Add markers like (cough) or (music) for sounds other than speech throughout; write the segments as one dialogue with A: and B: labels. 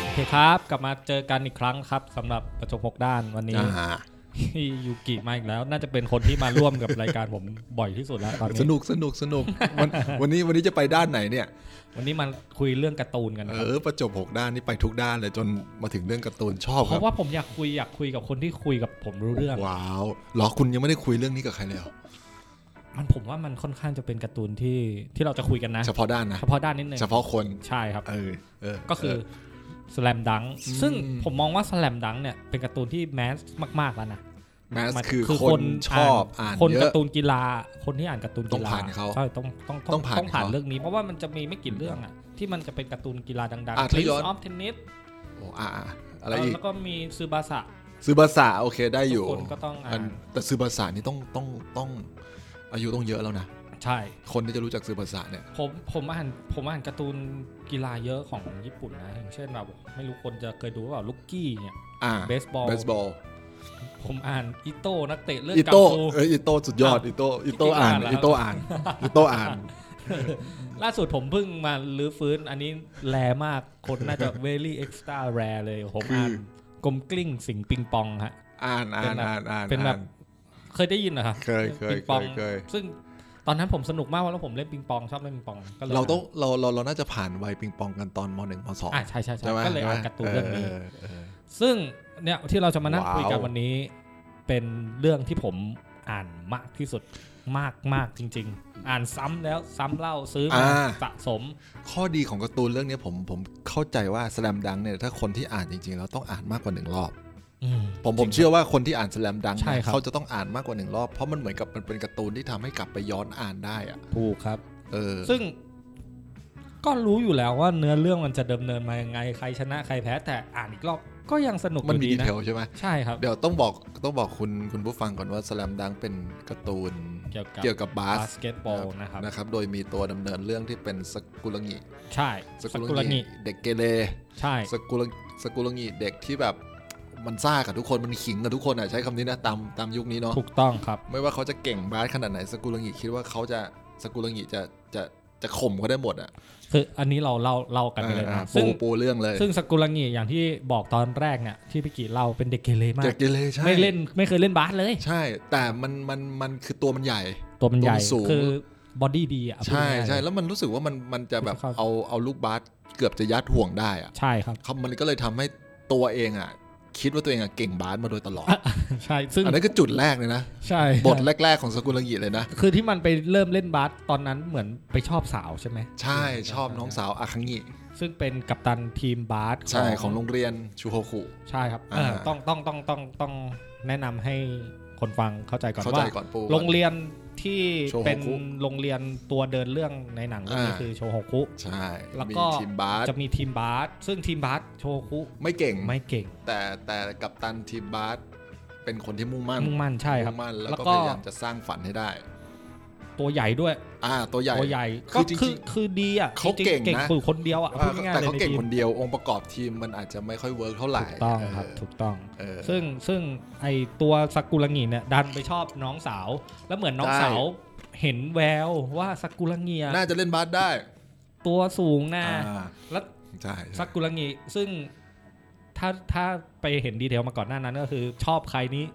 A: โอเคครับ กลับมาเจอกันอีกครั้งครับสำหรับประจบหกด้านวันนี้
B: อ่า
A: พี่ยูกิมาอีกแล้ว น่าจะเป็นคนที่มาร่วมกับรายการผมบ่อยที่สุดแล้วตอนนี้
B: สนุกสนุกส
A: (laughs)
B: นุกวันวันนี้วันนี้จะไปด้านไหนเนี่ย
A: วันนี้มันคุยเรื่องการ์ตูนกัน
B: เอ
A: นะครับ
B: อประจบหกด้านนี่ไปทุกด้านเลยจนมาถึงเรื่องการ์ตูนชอบ
A: เพ
B: ครับ
A: ราะว่าผมอยากคุยอยากคุยกับคนที่คุยกับผมรู้เรื่อง
B: ว้าวเหรอคุณยังไม่ได้คุยเรื่องนี้กับใครเลยเหรอ
A: มันผมว่ามันค่อนข้างจะเป็นการ์ตูนที่ที่เราจะคุยกันนะ
B: เฉพาะด้านนะ
A: เฉพาะด้านนิดนึง
B: เฉพาะคน
A: ใช่ครับ
B: เออเออ
A: ก็คือสแลมดัง
B: อืม
A: ซึ่งผมมองว่าสแลมดังเนี่ยเป็นการ์ตูนที่แมสมากๆแล้วนะ
B: แมส
A: มัน
B: คือคนชอบอ่าน
A: คน
B: เย
A: กา
B: อะ
A: ร์ตูนกีฬาคนที่อ่านการ์ตูน
B: ต้อง
A: กีฬา
B: ผ่านเขา
A: ใช่ต้องต้อง
B: ต้องผ่าน
A: ต้องผ่าน
B: เขา
A: เรื่องนี้ เพราะว่ามันจะมีไม่กี่เรื่องอ่ะที่มันจะเป็นการ์ตูนกีฬาดัง
B: อ่ะ
A: ๆ
B: ถ้าย้อน
A: Prince of Tennis
B: โอ้อ่าอ่าอะไรอีก
A: แล้วก็มีซูบาสะ
B: ซื้อบาษาโอเคได้อยู่
A: ทุกคนก็ต้องอ่าน
B: นแต่ซื้อบาษานี่ต้องต้องต้องอายุต้องเยอะแล้วนะ
A: ใช่
B: คนที่จะรู้จักซื้อบาษาเนี่ย
A: ผมผมอ่านผมอ่านการ์ตูนกีฬาเยอะของญี่ปุ่นนะอย่างเช่นแบบไม่รู้คนจะเคยดูหรือเปล่าลูกกี้เนี่ย
B: อ่า
A: baseball
B: เบสบอล
A: ผมอ่านอิโต้นักเตะเลือด
B: อิ
A: กา
B: โต้
A: ฟู
B: เอ้ยอิโต้สุดยอด
A: อ่ะ
B: อิโต้อิโต้
A: จริงๆ
B: อ่าน
A: อ่านแล้ว
B: อิโต้อ่านอิโต้อ่าน
A: ล่าสุดผมเพิ่งมาลื้อฟื้น อันนี้แรมากคนน่าจะ very extra rare เลยผม
B: คืออ่
A: อ่านกลมกลิ้งสิงปิงปองฮะ
B: อ่านอ่านอ่านอ่าน
A: เป็นแบบ
B: อ่า
A: เคยได้ยินเหรอครับ
B: เคยเคย
A: ปิงปอง
B: เคยเคย
A: ซึ่งตอนนั้นผมสนุกมากแล้วผมเล่นปิงปองชอบเล่นปิงปองก็ลย
B: เราต้องเราเราเราน่าจะผ่านวัยปิงปองกันตอนมหนึ่งมสอง
A: อ่าใช่ใช่ใช่
B: ใช่ไหม
A: ก็เลย
B: ใช่ไหม
A: อ่านการ์ตูนเรื่องนี้
B: เอเออ
A: ซึ่งเนี่ยที่เราจะมานั่ง
B: ว้าว
A: คุยกันวันนี้ เป็นเรื่องที่ผมอ่านมากที่สุดมากมากจริง ๆ อ่านซ้ำแล้วซ้ำเล่าซื้อมาสะสม
B: ข้อดีของการ์ตูนเรื่องนี้ผมผมเข้าใจว่าสแลมดังเนี่ยถ้าคนที่อ่านจริงๆแล้วต้องอ่านมากกว่าหนึ่งรอบ
A: อืม
B: ผมผมเชื่อว่าคนที่อ่านสแลมดัง
A: ใช่ครับ
B: เขาจะต้องอ่านมากกว่าหนึ่งรอบ เพราะมันเหมือนกับมันเป็นการ์ตูนที่ทำให้กลับไปย้อนอ่านได้อะ
A: ถูกครับ
B: เออ
A: ซึ่งก็รู้อยู่แล้วว่าเนื้อเรื่องมันจะดำเนินมายังไงใครชนะใครแพ้แต่อ่านอีกรอบก็ยังสนุกอ
B: มันมี
A: ยู่ดี
B: ดี
A: นะ
B: เทลใช่ไหม
A: ใช่ครับ
B: เดี๋ยวต้องบอกต้องบอกคุณคุณผู้ฟังก่อนว่าสแลมดังเป็นการ์ตูน
A: เกี่ยวกับ
B: เกี่ยวกับ
A: บา
B: บาส
A: สเกตบอลนะครับ
B: นะครับโดยมีตัวดำเนินเรื่องที่เป็นสกุลงิ
A: ใช่สกุลงิ
B: เด็กเกเร
A: ใช่
B: สกุลสกุลงิเด็กที่แบบมันซ่ากับทุกคนมันขิงกับทุกคนอ่ะใช้คำนี้นะตามตามยุคนี้เนาะ
A: ถูกต้องครับ
B: ไม่ว่าเขาจะเก่งบาสขนาดไหนสกุลงิคิดว่าเขาจะสกุลงิจะจะจะข่มเขาได้หมดอ่ะ
A: คืออันนี้เราเล่าเล่ากันไปเลย
B: อ่า
A: นะ
B: ปู
A: ซึ่ง
B: ปูเรื่องเลย
A: ซึ่งสกุลงิอย่างที่บอกตอนแรกเนี่ยที่พี่กีเล่าเป็นเด็กเกเรมาก
B: เด็กเกเรใช่
A: ไม่เล่นไม่เคยเล่นบาสเลย
B: ใช่ แต่มันมันมันคือตัวมันใหญ่
A: ตัวมันใหญ่
B: ตัวมันสูง
A: คือบอดี้ดีอ่ะพูด
B: ใช่
A: ง่ายๆ
B: ใช่แล้วมันรู้สึกว่ามันมันจะแบบ
A: เข้า
B: เอาเอาลูกบาสเกือบจะยัดห่วงได้อ่ะ
A: ใช่ครับ
B: เขามันก็เลยทำให้ตัวเองอ่ะคิดว่าตัวเองอ่ะเก่งบาสมาโดยตลอด
A: ใช่ซึ่ง
B: อันนั้นคือจุดแรก
A: (laughs)
B: เลยนะ
A: ใช่
B: บทแรก ๆของสกุลงิเลยนะ
A: คือที่มันไปเริ่มเล่นบาสตอนนั้นเหมือนไปชอบสาวใช่ไหม
B: ใช่
A: (laughs)
B: ชอบน้องสาวอาคังงิ
A: ซึ่งเป็นกัปตันทีมบาส
B: ใช่ของโรงเรียนชูโฮคุ
A: ใช่ครับเออ
B: อ่า
A: ต้องต้องต้องต้องต้องแนะนำให้คนฟังเข้าใจก่อน
B: เข้าใจ
A: ว่า
B: ก่อนปู
A: โรงเรียนที่
B: โชโฮคุ
A: เป็นโรงเรียนตัวเดินเรื่องในหนังเรื่องนี้
B: อ่า
A: คือโชโฮคุ
B: ใช่
A: แล้ว
B: มี
A: ก็
B: ทีมบาส
A: จะมีทีมบาสซึ่งทีมบาสโชโฮคุ
B: ไม่เก่ง
A: ไม่เก่ง
B: แต่แต่กับตันทีมบาสเป็นคนที่มุ่งมั่น
A: มุ่งมั่นใช่ครับ
B: มุ่งมั่นแล้ว
A: แล้ว
B: ก็
A: ก็
B: พยายามจะสร้างฝันให้ได้
A: ตัวใหญ่ด้วย
B: อ่าตัวใหญ่
A: ตัวใหญ่
B: คื
A: ก็
B: อจริงๆ
A: คือคือดีอ่ะ
B: เขา
A: จริ
B: เก่ง
A: ๆเก่ง
B: นะ
A: คือคนเดียวอ่ะ
B: อ่า
A: พูดง่าย
B: แต่
A: ๆเลย
B: เขา
A: ใน
B: เก่ง
A: ทีม
B: คนเดียวองค์ประกอบทีมมันอาจจะไม่ค่อยเวิร์กเท่าไหร่
A: ถูกต้องครับ
B: เ
A: ถูกต้อง
B: เออ
A: ซึ่งซึ่งไอตัวสักุระงิเนี่ยดันไปชอบน้องสาว แล้วเหมือนน้อง
B: ใช่
A: สาวเห็นแววว่าสักุระงิอะ
B: น่าจะเล่นบาสได้
A: ตัวสูงนะ
B: อ่า
A: แล้ว
B: ใช่
A: ซากุระงิซึ่งถ้าถ้าไปเห็นดีเทลมาก่อนหน้านั้นก็คือ ชอบใครนี้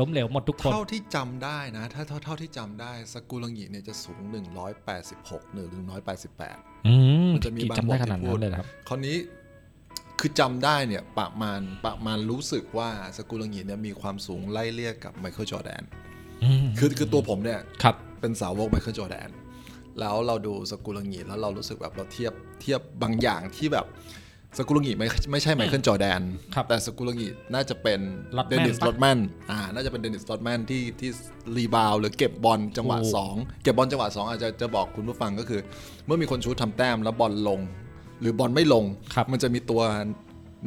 A: ล้มเหลวหมดทุกคน
B: เท่าที่จำได้นะ ถ้าเท่าเท่าที่จำได้สกุลังหีเนี่ยจะสูง 186หรือ188
A: อืม
B: มันจะมี
A: กี่
B: บาง
A: จำได้
B: บทที่
A: ขนาด
B: พู
A: นั้
B: ด
A: นเลยเหรอครับ
B: คราวนี้คือจำได้เนี่ยประมาณประมาณรู้สึกว่าสกุลังหีเนี่ยมีความสูงไล่เลี่ยกับไมเคิลจอแดน
A: อืม
B: คือคือตัวผมเนี่ย
A: ครับ
B: เป็นสาวกไมเคิลจอร์แดน แล้วเราดูสกุลังหีแล้วเรารู้สึกแบบเราเทียบเทียบบางอย่างที่แบบสกุลังหีไม่ไม่ใช่ไมเคิลจอร์แดน
A: ครับ
B: แต่สกุลังหีน่าจะเป็น
A: Rodman
B: เดนิส
A: ปะ
B: ลอตแมนอ่าน่าจะเป็นเดนิสลอตแมนที่ที่รีบาวด์หรือเก็บบอลจังหวะ
A: โอ้
B: สองเก็บบอลจังหวะสองอาจจะจะบอกคุณผู้ฟังก็คือ เมื่อมีคนชูททำแต้มแล้วบอลลง หรือบอลไม่ลง
A: ครับ
B: มันจะมีตัว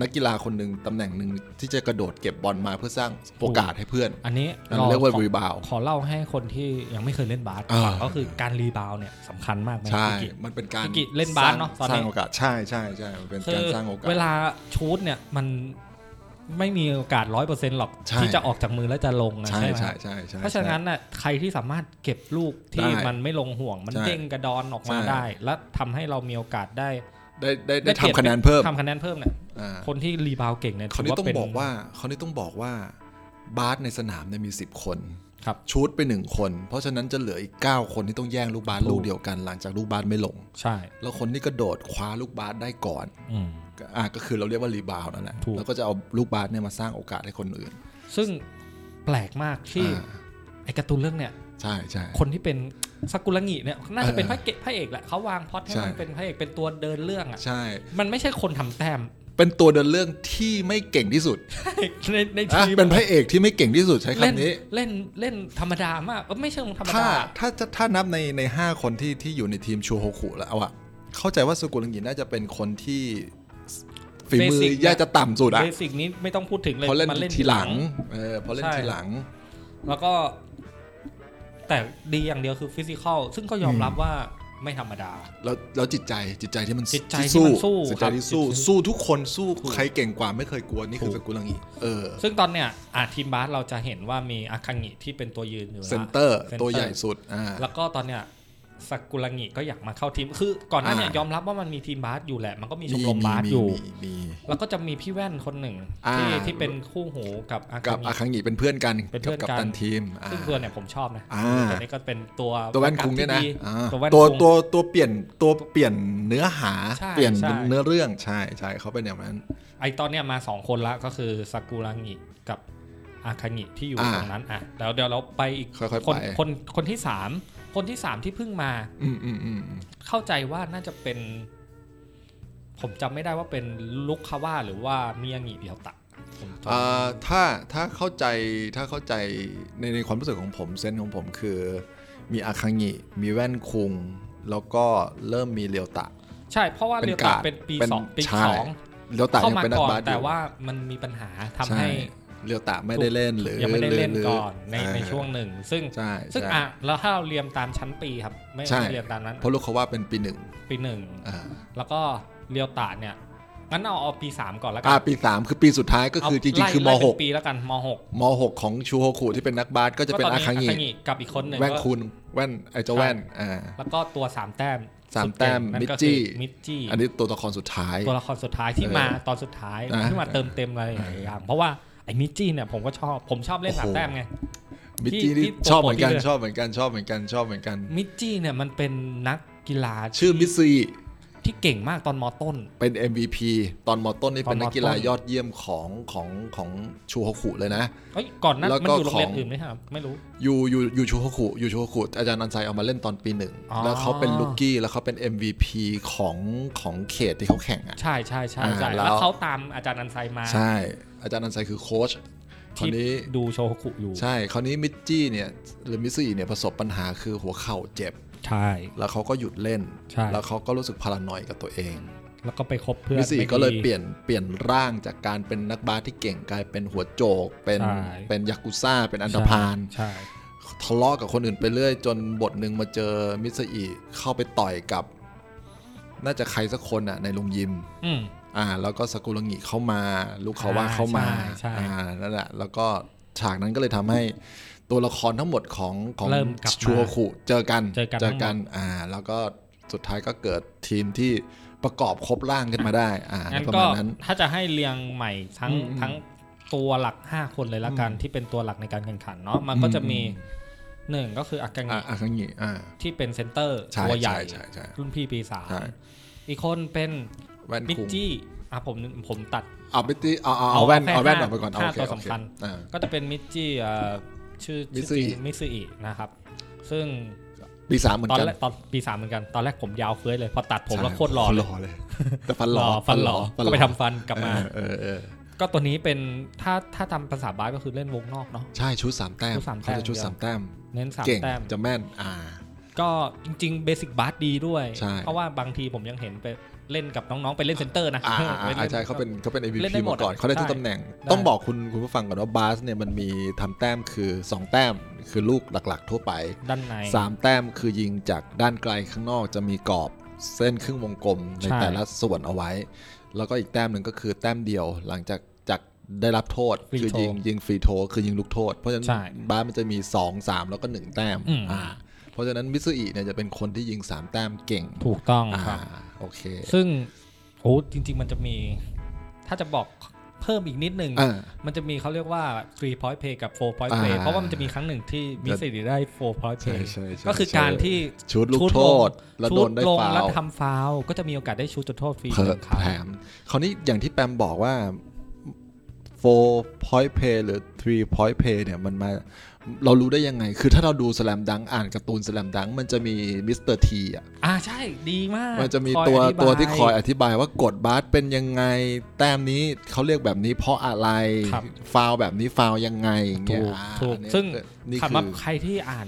B: นักกีฬาคนหนึ่งตำแหน่งหนึ่งที่จะกระโดดเก็บบอลมาเพื่อสร้างโอกาสให้เพื่อน
A: อันนี้
B: อันนั้นเรียกว่า
A: ขอ
B: rebound
A: ขอเล่าให้คนที่ยังไม่เคยเล่นบาส
B: อ่า
A: ฟังก็คือการรีบาวเนี่ยสำคัญมากไหม
B: ใช่
A: พี่กิ๊ก
B: มันเป็นการ
A: พี่กิเล่นบาสเนอะ
B: สร้ง
A: ตอนนี้
B: สร้างโอกาส ใช่ใช่ใช่ มันเป็น
A: คื
B: การ
A: อ
B: สร้างโอกาส
A: เวลาชูตเนี่ยมันไม่มีโอกาสร้อยเปอร์เซ็นต์หรอก
B: ใช่
A: ที่จะออกจากมือแล้วจะลงนะ
B: ใช่
A: ใช่ไหม
B: ใช่ใช่ใช่
A: เพราะฉะนั้นน่ะใครที่สามารถเก็บลูกที่
B: ได้
A: มันไม่ลงห่วงมัน
B: ใช่
A: เด้งกระดอนออกมา
B: ใช่
A: ได้ และทำให้เรามีโอกาสได้
B: ได้ได้ได้
A: ปรียบ
B: ทำคะแนนเพิ่ม
A: ทำคะแนนเพิ่มเนี่ย
B: อ่า
A: คนที่รีบาวเก่งเนี่ย
B: คราว
A: ถือ
B: นี้
A: ว่า
B: ต้อง
A: เป็น
B: บอกว่าคราวนี้ต้องบอกว่าบาสในสนามเนี่ยมี 10 คน
A: ครับ
B: ชูดไป 1 คน เพราะฉะนั้นจะเหลืออีก 9 คนที่ต้องแย่งลูกบาส
A: ถูก
B: ลูกเดียวกัน หลังจากลูกบาสไม่ลง
A: ใช่
B: แล้วคนที่กระโดดคว้าลูกบาสได้ก่อน
A: อืม
B: ก็อ่ะก็คือเราเรียกว่ารีบาวด์นั่นแหละ
A: ถูก
B: แล้วก็จะเอาลูกบาสเนี่ยมาสร้างโอกาสให้คนอื่น
A: ซึ่งแปลกมากที่
B: อ่า
A: ไอ้การ์ตูนเรื่องเนี่ย
B: ใช่ใช่
A: คนที่เป็นซากุระงิเนี่ยน่าจะเป็น
B: เอ
A: พ
B: อ
A: ระเอกพระเอกแหละเขาวางพล็อตให้
B: ใช่
A: มันเป็นพระเอกเป็นตัวเดินเรื่องอ่ะ
B: ใช่
A: มันไม่ใช่คนทำแต้ม (laughs)
B: เป็นตัวเดินเรื่องที่ไม่เก่งที่สุด
A: ในใน
B: อ่ะ
A: ทีม
B: เป็นพระเอกที่ไม่เก่งที่สุดใช้
A: เล่น
B: คำนี้
A: เล่นเล่นธรรมดามากเอ้ยไม่เชิงธรรม
B: ถ้า
A: ดา
B: ถ้าจะถ้านับในในห้าคนที่ที่อยู่ในทีมชูโฮคุแล้วอะเข้าใจว่าสกุลังกิน่าจะเป็นคนที่ฝีมือ
A: Basic
B: ย่าจะต่ำสุดอะ
A: เบสิกนี้ไม่ต้องพูดถึงเลย
B: เพราะเล่น
A: มั
B: ทีหลังเออเพราะเล่นทีหลัง
A: แล้วก็ แต่ดีอย่างเดียวคือฟิสิกอลซึ่งก็ยอมรับว่าไม่ธรรมดา
B: แล้วแล้วจิตใจจิตใจที่มัน
A: จิตใจ
B: ที่
A: ที่มันสู้
B: จิตใจที่สู้
A: ครับจิตใจ
B: สู้ทุกคนสู้
A: ถูก
B: ใครเก่งกว่าไม่เคยกลัวนี่คือ
A: ถู
B: ส
A: ก
B: กุลังกิเออ
A: ซึ่งตอนเนี้ยอาทีมบาสเราจะเห็นว่ามีอาคางิที่เป็นตัวยืนอยู่ละ
B: เซนเตอร์
A: Center
B: ตัวใหญ่สุดอ่า
A: แล้วก็ตอนเนี้ยสักุระงิก็อยากมาเข้าทีม คือก่อนหน้าเนี่ย
B: อ่าย ย
A: อมรับว่ามันมีทีมบาสอยู่แหละ มันก็มีชม
B: มี
A: รม
B: มี
A: บาส
B: มี
A: อยู่
B: มีมี
A: แล้วก็จะมีพี่แว่นคนหนึ่ง
B: อ่า
A: ที่ที่เป็นคู่หูกับอา
B: กั
A: คา
B: บ
A: งิ
B: อาคังหีเป็นเพื่อนกัน
A: เป็นเพื่อน
B: กับ
A: กัน
B: ตันทีมอ่า
A: ซึ่งตัวเนี่ยผมชอบนะ
B: อ่า
A: ตัวนี้ก็เป็นตัว
B: ตัวแว่นคุงเนี่ยนะ
A: ที่ดี
B: อ่า
A: ตัวแว่น
B: ตัว
A: คุง
B: ตัวตัวเปลี่ยนตัวเปลี่ยนเนื้อหา
A: ใช่
B: เปลี่ยน
A: ใช่
B: เนื้อเรื่องใช่ใช่เขาเป็นอย่างนั้น
A: ไอตอนเนี้ยมาสองคนละก็คือซากุระงิกับอาคางิที่อยู่
B: อ่า
A: ตรงนั้นอ่ะแล้วเดี๋ยวเราไปอีก
B: ค่อยๆ
A: คน
B: ไป
A: คนคนที่สามคนที่สามที่เพิ่งมา
B: อืมอืมอืมอืม
A: เข้าใจว่าน่าจะเป็น ผมจำไม่ได้ว่าเป็นลุคคาว่าหรือว่ามิยางิเดียวตะผมจำ
B: อ่าถ้าถ้าเข้าใจถ้าเข้าใจในในความรู้สึกของผมเซนส์ของผมคือ มีอาคังิมีแว่นคุง แล้วก็เริ่มมีเรียวตะ
A: ใช่เพราะว่า
B: เป็น
A: เดียว
B: กา
A: ตะ
B: ด
A: เป็นปี
B: เป็น
A: สองปี
B: ใช่
A: สอง
B: เรียวตะ
A: เข้า
B: ยัง
A: มา
B: เป็นนัก
A: ก่อน
B: บาสอ
A: แต่
B: ยู่
A: ว่ามันมีปัญหาทำ
B: ใช่
A: ให้
B: เรียวตะไม่ได้เล่นหรือ
A: ยังไม่ได้เล่น
B: หรื
A: ก่อนใน
B: า
A: ในช่วงหนึ่ง ซึ่ง
B: ใช่
A: ซึ่ง
B: ใช่
A: อ่ะแล้วถ้าเราเรียมตามชั้นปีครับ ไม่
B: ใช่
A: ไม่เรียมตามนั้น
B: เพราะลูกเขาว่าเป็นปีหนึ่ง
A: ปีหนึ่ง
B: อ่า
A: แล้วก็เรียวตาเนี่ยงั้นเอาเอาปีสามก่อนแล้วกั
B: อ่าปีสามคือปีสุดท้ายก็คือ
A: เา
B: จริง
A: ไล่
B: ๆคือม
A: ไล่เป็
B: ห
A: น
B: ก
A: ปีแล้วกันมหก
B: ม .6 ของชูโฮคุที่เป็นนักบาสก็จะเป็นอา
A: ก็ต
B: คางิ
A: กับอีกคนหนึ่ง
B: แว่น
A: ก็
B: คุณแว่นไอเจ้าแว่นอ่า
A: แล้วก็ตัวสามแต้ม
B: สาม
A: ดเก่ง
B: แต้ม
A: นั่นก็
B: มิจิ
A: คือมิจจิ
B: อันนี้ตัวละครสุดท้าย
A: ตัวละครสุดท้ายที่
B: เออ
A: มาตอนสุดท้าย
B: อ่ะ
A: ที่มาเติมเต็มอะไรหลายอย่างเพราะว่าไอ้มิจจิเนี่ยผมก็ชอบผมชอบเล่นสาม
B: โอ้โห
A: แต้มไง
B: มิจิ
A: ที่
B: นี่
A: ที่
B: ชอบเหมือนกัน
A: ปกติเลย
B: ชอบเหมือนกันชอบเหมือนกันชอบเหมือนกัน
A: มิจจิเนี่ยมันเป็นนักกีฬา
B: ชื่อมิซี
A: ที่เก่งมากตอนมต้น
B: เป็น MVP ตอนมอต้นนี่
A: ตอนมอต้น
B: เป็นนักกีฬายอดเยี่ยมของของของชูโฮคุเลยนะ
A: เอ้ยก่อนหนั้น
B: แล้ว
A: มัน
B: ก็
A: อยู่โรงเรียน
B: ของ
A: อื่นไหมครับ ไม่รู้
B: อยู่อยู่อยู่ชูโฮคุอยู่ชูโฮคุอาจารย์นันไซเอามาเล่นตอนปีหนึ่ง
A: อ๋อ
B: แล้วเขาเป็นลูกกี้แล้วเขาเป็น MVP ของของเขตที่เขาแข่งอ่ะ
A: ใช่ใช่ใช่
B: อ่า
A: ใช่
B: แล้
A: แล้ว วเขาตามอาจารย์นันไซมา
B: ใช่ อาจารย์นันไซคือโค้ชคราว
A: ที่
B: นี้
A: ดูโชว์คุอยู่
B: ใช่ คราวนี้มิจจี้เนี่ยหรือมิสซี่เนี่ยประสบปัญหาคือหัวเข่าเจ็บ
A: ใช่
B: แล้วเขาก็หยุดเล่น
A: ใช่
B: แล้วเขาก็รู้สึกพารานอยกับตัวเอง
A: แล้วก็ไปคบเพื่อน
B: มิสซี่
A: ไม่ดี
B: ก็เลยเปลี่ยนเปลี่ยนร่างจากการเป็นนักบาสที่เก่งกลายเป็นหัวโจก เป็น
A: ใช่
B: เป็นยากุซ่า เป็นอันธพาล
A: ใช่
B: ทะเลาะกับคนอื่นไปเรื่อยจนบทหนึ่งมาเจอมิสซี่เข้าไปต่อยกับ น่าจะใครสักคนอ่ะในโรงยิม
A: อืม
B: อ่าแล้วก็สกุลังงิเข้ามาลูกเขาว่าเข้ามา
A: อ่าใช่ใช่
B: อ่านั่นแหละแล้วก็ฉากนั้นก็เลยทำให้ตัวละครทั้งหมดของของ
A: เริ่มกลับมา
B: ชัวคุเจอกัน
A: เจอกันทั้งหมด
B: อ่า แล้วก็สุดท้ายก็เกิดทีมที่ประกอบครบร่างขึ้นมาได้ อ่า
A: งั้น
B: ประ
A: ก็
B: มาณนั้น
A: ถ้าจะให้เรียงใหม่ทั้ง
B: อืมอืม
A: ทั้ง ตัวหลัก 5 คนเลยละกัน ที่เป็นตัวหลักในการแข่งขันเนาะมันก็จะมีหนึ่งก็คืออากา
B: อ่ะ
A: งิ
B: อาคังงีอ่า
A: ที่เป็นเซนเตอร์
B: ใช่
A: ตัวใหญ่
B: ใช่ใช่ใช่
A: รุ่นพี่ปีสาม
B: ใช่
A: อีกคนเป็น
B: แว่น
A: มิ
B: คุง
A: จี้อ่ะผมผมตัด
B: เอาไปตีเอาเอาเอาแว่น
A: เอา
B: เอา
A: แว่
B: แว่
A: น
B: นออกไปก่อนเอา
A: ห้า
B: โอเค
A: ตัว
B: โอเค
A: สำคัญ
B: อ่า
A: ก็จะเป็นมิจิเอ่อชื่อ
B: มิ
A: ชื่อ
B: ซุ
A: จ
B: อิ
A: ริงมิซุอินะครับ ซึ่ง
B: ปีสามเหมือน
A: ตอน
B: กัน
A: แรกตอนปีสามเหมือนกัน ตอนแรกผมยาวเฟ้ยเลย พอตัดผมแล้ว
B: ใช่
A: โคตรหล่อ
B: โ
A: เลย
B: เลย แต่ฟันหล่อ
A: ฟันหล่อ
B: ฟันหล่อ
A: ก็ไปทำฟันกลับมา
B: เออเออเออ
A: ก็ตัวนี้เป็นถ้าถ้าทำภาษาบาสก็คือเล่นวงนอกเนาะ
B: ใช่ชุดสามแต้ม
A: ชุดสามแต้
B: เขา
A: ม
B: จะชุดสามแต้ม
A: เน้นสาม
B: เก่ง
A: แต้ม
B: จะแม่นอ่า
A: ก็จริงๆเบสิกบาสดีด้วย
B: ใช่
A: เพราะว่าบางทีผมยังเห็นไปเล่นกับน้องๆ ไปเล่นเซนเตอร์นะ
B: อ่า
A: (laughs) ไปเล่น
B: อ่าอ่าใช่เขาเป็นเขาเป็น
A: เล่น
B: MVP
A: ได้หมด
B: มาก่อน
A: อะ
B: เขาได้ทุก
A: ใช่
B: ตำแหน่ง
A: ได้
B: ต้องบอกคุณคุณผู้ฟังก่อนว่าบาสเนี่ยมันมีทำแต้มคือ 2 แต้มคือลูกหลักๆทั่วไป
A: ด้านใน
B: 3 แต้มคือยิงจากด้านไกลข้างนอกจะมีกรอบเส้นครึ่งวงกลมใน
A: ใช่
B: แต่ละส่วนเอาไว้ แล้วก็อีกแต้มหนึ่งก็คือแต้มเดียวหลังจากจากได้รับโทษ
A: Free
B: คือยิง
A: throw
B: ยิงฟรีโทคือยิงลูกโทษ เพราะฉะนั้น
A: ใช่
B: บาสมันจะมี 2 3 แล้วก็ 1 แต้ม
A: อืม
B: อ่าเพราะฉะนั้นมิสอิเนี่ยจะเป็นคนที่ยิงสามแต้มเก่ง
A: ถูกต้อง
B: อ่า
A: ครับ
B: โอเค
A: ซึ่งโอ้จริง ๆ มันจะมี ถ้าจะบอกเพิ่มอีกนิดนึง
B: อ่า
A: มันจะมีเขาเรียกว่า three point play กับ four point play
B: อ่า
A: เพราะว่ามันจะมีครั้งหนึ่งที่มิสซิลีได้ four point
B: ใช่
A: play
B: ใช่ใช่
A: ก็คือ
B: ใช่
A: การที่
B: ชุดลูกโทษแล้ว
A: ชุ
B: โด
A: ด
B: นได้
A: ลง
B: ฟาว
A: แล้ว
B: ล์
A: ทำฟาวล์ก็จะมีโอกาสได้ชุดจุดโทษฟรีห
B: เพิ่ม
A: นึ่งครั้ง
B: แถมคราวนี้อย่างที่แปมบอกว่า 4 point play หรือ 3 point play เนี่ยมันมาเรารู้ได้ยังไง คือถ้าเราดูสแลมดังอ่านการ์ตูนสแลมดังมันจะมีมิสเตอร์ทีอ่ะ
A: อ่าใช่ดีมาก
B: มันจะมี
A: คอย
B: ตัว
A: อธิบาย
B: ตัวที่คอยอธิบายว่ากฎบาสเป็นยังไง แต้มนี้เขาเรียกแบบนี้เพราะอะไร
A: ครับ
B: ฟาวล์แบบนี้ฟาวล์ยังไงอย่างเงี้ย
A: ถูก
B: อ่า
A: ถูก
B: อันนี้
A: ซึ่ง
B: นี่
A: ขับ
B: คื
A: มา
B: อ
A: ใครที่อ่าน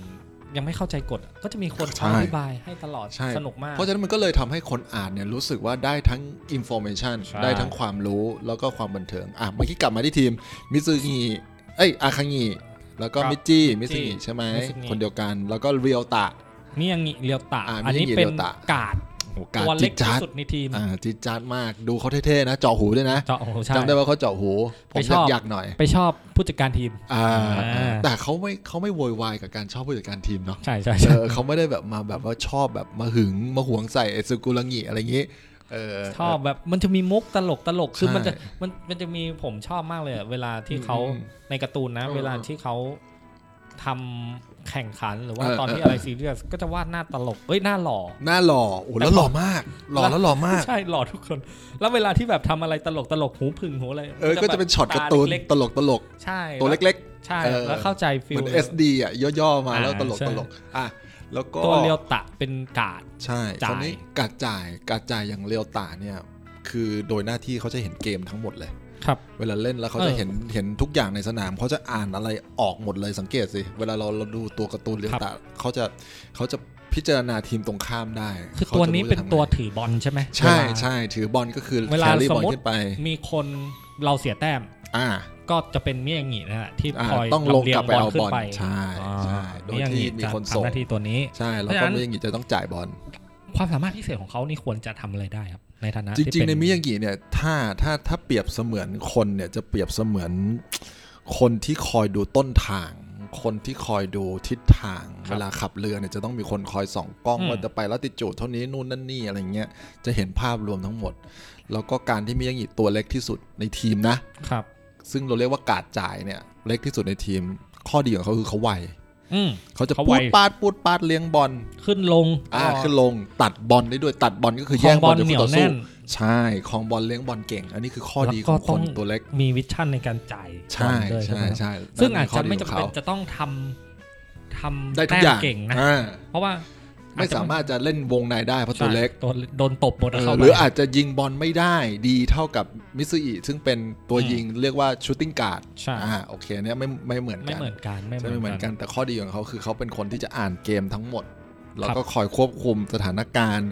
A: ยังไม่เข้าใจกฎก็จะมีคนค
B: ใช่
A: อยอธิบายให้ตลอด
B: ใช่
A: สนุกมาก
B: เพราะฉะนั้นมันก็เลยทำให้คนอ่านเนี่ยรู้สึกว่าได้ทั้งอินโฟเมชัน
A: ใช่
B: ได้ทั้งความรู้แล้วก็ความบันเทิง อ่ะเมื่อกี้กลับมาที่ทีมมิซูงิเอ้ยอาคางิแล้วก็มิจิมิซูงิใช่ไหมคนเดียวกันแล้วก็เรียวตะ
A: นี่ยังเรียวตะ
B: อ่า
A: นี้
B: มิยังงิ
A: เป็น
B: เรียวตะ
A: กาด
B: โอกาส
A: ตัว
B: จิ
A: เล็ก
B: ดจั
A: ที่
B: ด
A: สุดในทีม
B: อ่าจิดจัดมากดูเขาเท่ๆนะเจาะหูด้วยนะ
A: เจาะโอ้โหใช่
B: จำได้ว่าเขาเจาะหูผ
A: ไป
B: ม
A: ชอบ
B: อยากๆหน่อย
A: ไปชอบผู้จัดการทีม
B: อ่า
A: อ่า
B: แต่เขาไม่เขาไม่โวยวายกับการชอบผู้จัดการทีมเนาะ
A: ใช่ใช่
B: เอ
A: ใช่
B: อเขาไม่ได้แบบมาแบบว่าชอบแบบมาหึงมาหวงใส่ไอซูกุรังิอะไรอย่างงี้เออ
A: ชอบแบบมันจะมีมุกตลกตลกคือ
B: ใช่
A: มันจะมันมันจะมีผมชอบมากเลยอะเวลาที่เขา
B: อืม
A: ในการ์ตูนนะ
B: เออ
A: เวลาที่เขาทำแข่งขันหรือว่า
B: เออ
A: ตอนที่
B: เออ
A: อะ
B: อ
A: ไรซีเรียสก็จะวาดหน้าตลกเอ้ยหน้าหล่อ
B: หน้าหล่อโอ้
A: แต่
B: แล้
A: พ
B: ว
A: อ
B: หล่อมาก หล่อแล้วหล่อมาก
A: ใช่หล่อทุกคน แล้วเวลาที่แบบทำอะไรตลกตลกหูผึ่งหูอะไร
B: เออ ก็จะเป็นช็อตการ์ตูน
A: ตาเล็ก
B: ตลกตลก
A: ๆใช่
B: ตัวเล็ก
A: ใช่
B: เออ
A: แล้วเข้าใจ
B: ๆ
A: ฟิ
B: เห
A: ล
B: มือน SD อ่ะ ย่อๆ มา
A: อ่า
B: แล้วตลก
A: ใช่
B: ตลกอ่ะแล้วก็
A: ตัวเรียวตะเป็นกาด
B: ใช่
A: จ่าย
B: ตอนนี้การจ่ายการจ่ายอย่างเรียวตาเนี่ย คือโดยหน้าที่เขาจะเห็นเกมทั้งหมดเลย
A: ครับ
B: เวลาเล่นแล้วเขาจะ
A: เออ
B: เห็นเห็นทุกอย่างในสนามเขาจะอ่านอะไรออกหมดเลยสังเกตสิ เวลาเราเราดูตัวการ์ตูนเรียวตาเขาจะเขาจะพิจารณาทีมตรงข้ามได้
A: คือ
B: ขา
A: ตัว
B: จะรู้
A: นี้
B: จะ
A: เป็น
B: ทำไง
A: ตัวถือบอลใช่ไหม
B: ใช่
A: เวลา
B: ใช่ถือบอลก็คือ
A: เวลา
B: แครี่บ
A: ส
B: อล
A: มมติ
B: ขึ้นไป
A: มีคนเราเสียแต้ม
B: อ่า
A: ก็จะเป็นเมี่ยงหงีนะฮะที่
B: อ่า
A: คอย
B: ต้องลงกลับไป
A: ำย
B: เอา
A: ขึ้
B: บอล
A: นไป
B: ใช่
A: อ่า
B: ใช่โดย
A: เมี่ยงห
B: ที่
A: งี
B: มี
A: จะ
B: คน
A: ทำ
B: ส่ง
A: หน้าที่ตัวนี้
B: ใช่แล้ว
A: เพราะฉะ
B: ก็
A: นั้น
B: มิยังกิจะต้องจ่ายบอล
A: ความสามารถพิเศษของเขานี่ควรจะทำอะไรได้ครับ ในฐานะ
B: จ
A: ที่
B: ริง
A: เป็
B: ๆ ในมิยังกิเนี่ยถ้าถ้าถ้าเปรียบเสมือนคนเนี่ยจะเปรียบเสมือนคนที่คอยดูต้นทาง คนที่คอยดูทิศทาง เวลาขับเรือเนี่ยจะต้องมีคนคอยส่องกล้องว่าจะไปแล้วติจูดเท่านี้นู่นนั่นนี่อะไรเงี้ยจะเห็นภาพรวมทั้งหมด แล้วก็การที่มิยังกิตัวเล็กที่สุดในทีมนะ
A: ครับ
B: ซึ่งเราเรียกว่ากาดจ่ายเนี่ยเล็กที่สุดในทีม ข้อดีของเขาคือเขาไว
A: อืม
B: เขาจะ
A: เขา
B: ปู
A: ไว
B: ดปาดปูดปาดเลี้ยงบอล
A: ขึ้นลง
B: อ่าขึ้นลงตัดบอลได้ด้วยตัดบอลก็คือ
A: ครอง
B: แย่งบ
A: บ
B: อล
A: อล
B: จากคู่ต่อ
A: เหนียวแน่
B: สู้
A: น
B: ใช่คลองบอลเลี้ยงบอลเก่ง อันนี้คือข้อดีของ
A: แล้
B: ค
A: ก็ต้
B: นตัวเล็ก
A: มีวิชั่นในการจ่าย
B: ใช่
A: บอลด้วย
B: ใช่
A: ไหม
B: ใช่
A: ซึ่งอา
B: นั่
A: จ
B: นคื
A: จะ
B: ข้ดี
A: ไม่จำเป็น
B: ของขา
A: จะต้องทำทำ
B: ได้ทุ
A: แต้ม
B: กอย่าง
A: เก่งนะ
B: อ่า
A: เพราะว่า
B: ไม่สามารถจะเล่นวงในได้เพราะตัวเล็ก
A: โดนโดนตบหมด
B: เอ
A: แล้ว
B: อ
A: เข้า
B: หรือ
A: ไป
B: อาจจะยิงบอลไม่ได้ดีเท่ากับมิซุอิซึ่งเป็นตัวยิงเรียกว่าชูตติ้งการ์ด
A: ใช่
B: อ่าโอเคเนี่ยไม่ไม่เหมือน
A: ไม่
B: กัน
A: เหมือนกันไม่
B: ใช่ไม่
A: เห
B: เห
A: มื
B: มื
A: อ
B: อน น
A: กั
B: กัน นแต่ข้อดีของเขาคือเขาเป็นคนที่จะอ่านเกมทั้งหมด แล้วก็คอยควบคุมสถานการณ์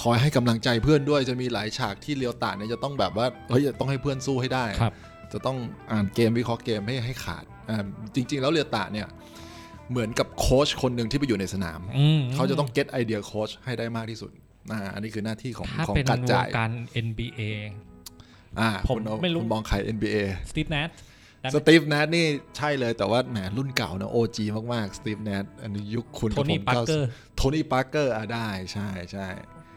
B: คอยให้กำลังใจเพื่อนด้วยจะมีหลายฉากที่เลียวตาเนี่ยจะต้องแบบว่าเฮ้ยต้องให้เพื่อนสู้ให้ได้
A: ครับ
B: จะต้องอ่านเกมวิเคราะห์เกมให้ให้ขาดอ่าจริง ๆ แล้วเลียวตาเนี่ยเหมือนกับโค้ชคนหนึ่งที่ไปอยู่ในสนาม
A: อืม
B: เขาจะต้องเก็ตไอเดียโค้ชให้ได้มากที่สุดอ่าอันนี้คือหน้าที่ของ
A: ถ้า
B: ของ
A: เป็น
B: การ
A: ว
B: จ่าง ย
A: การ NBA
B: อ่า
A: ผม
B: คุณเอา
A: ไม่รู้
B: คุณมองใคร NBA
A: สตีฟแนท
B: สตีฟแนทนี่ใช่เลยแต่ว่าแหมรุ่นเก่านะโอจีมาก ๆ สตีฟแนทอันนี้ยุคคุณ
A: โทนี่
B: บผม
A: ปาร์เกอร์
B: 90โทนี่ปาร์เกอร์อ่ะได้ใช่ใช่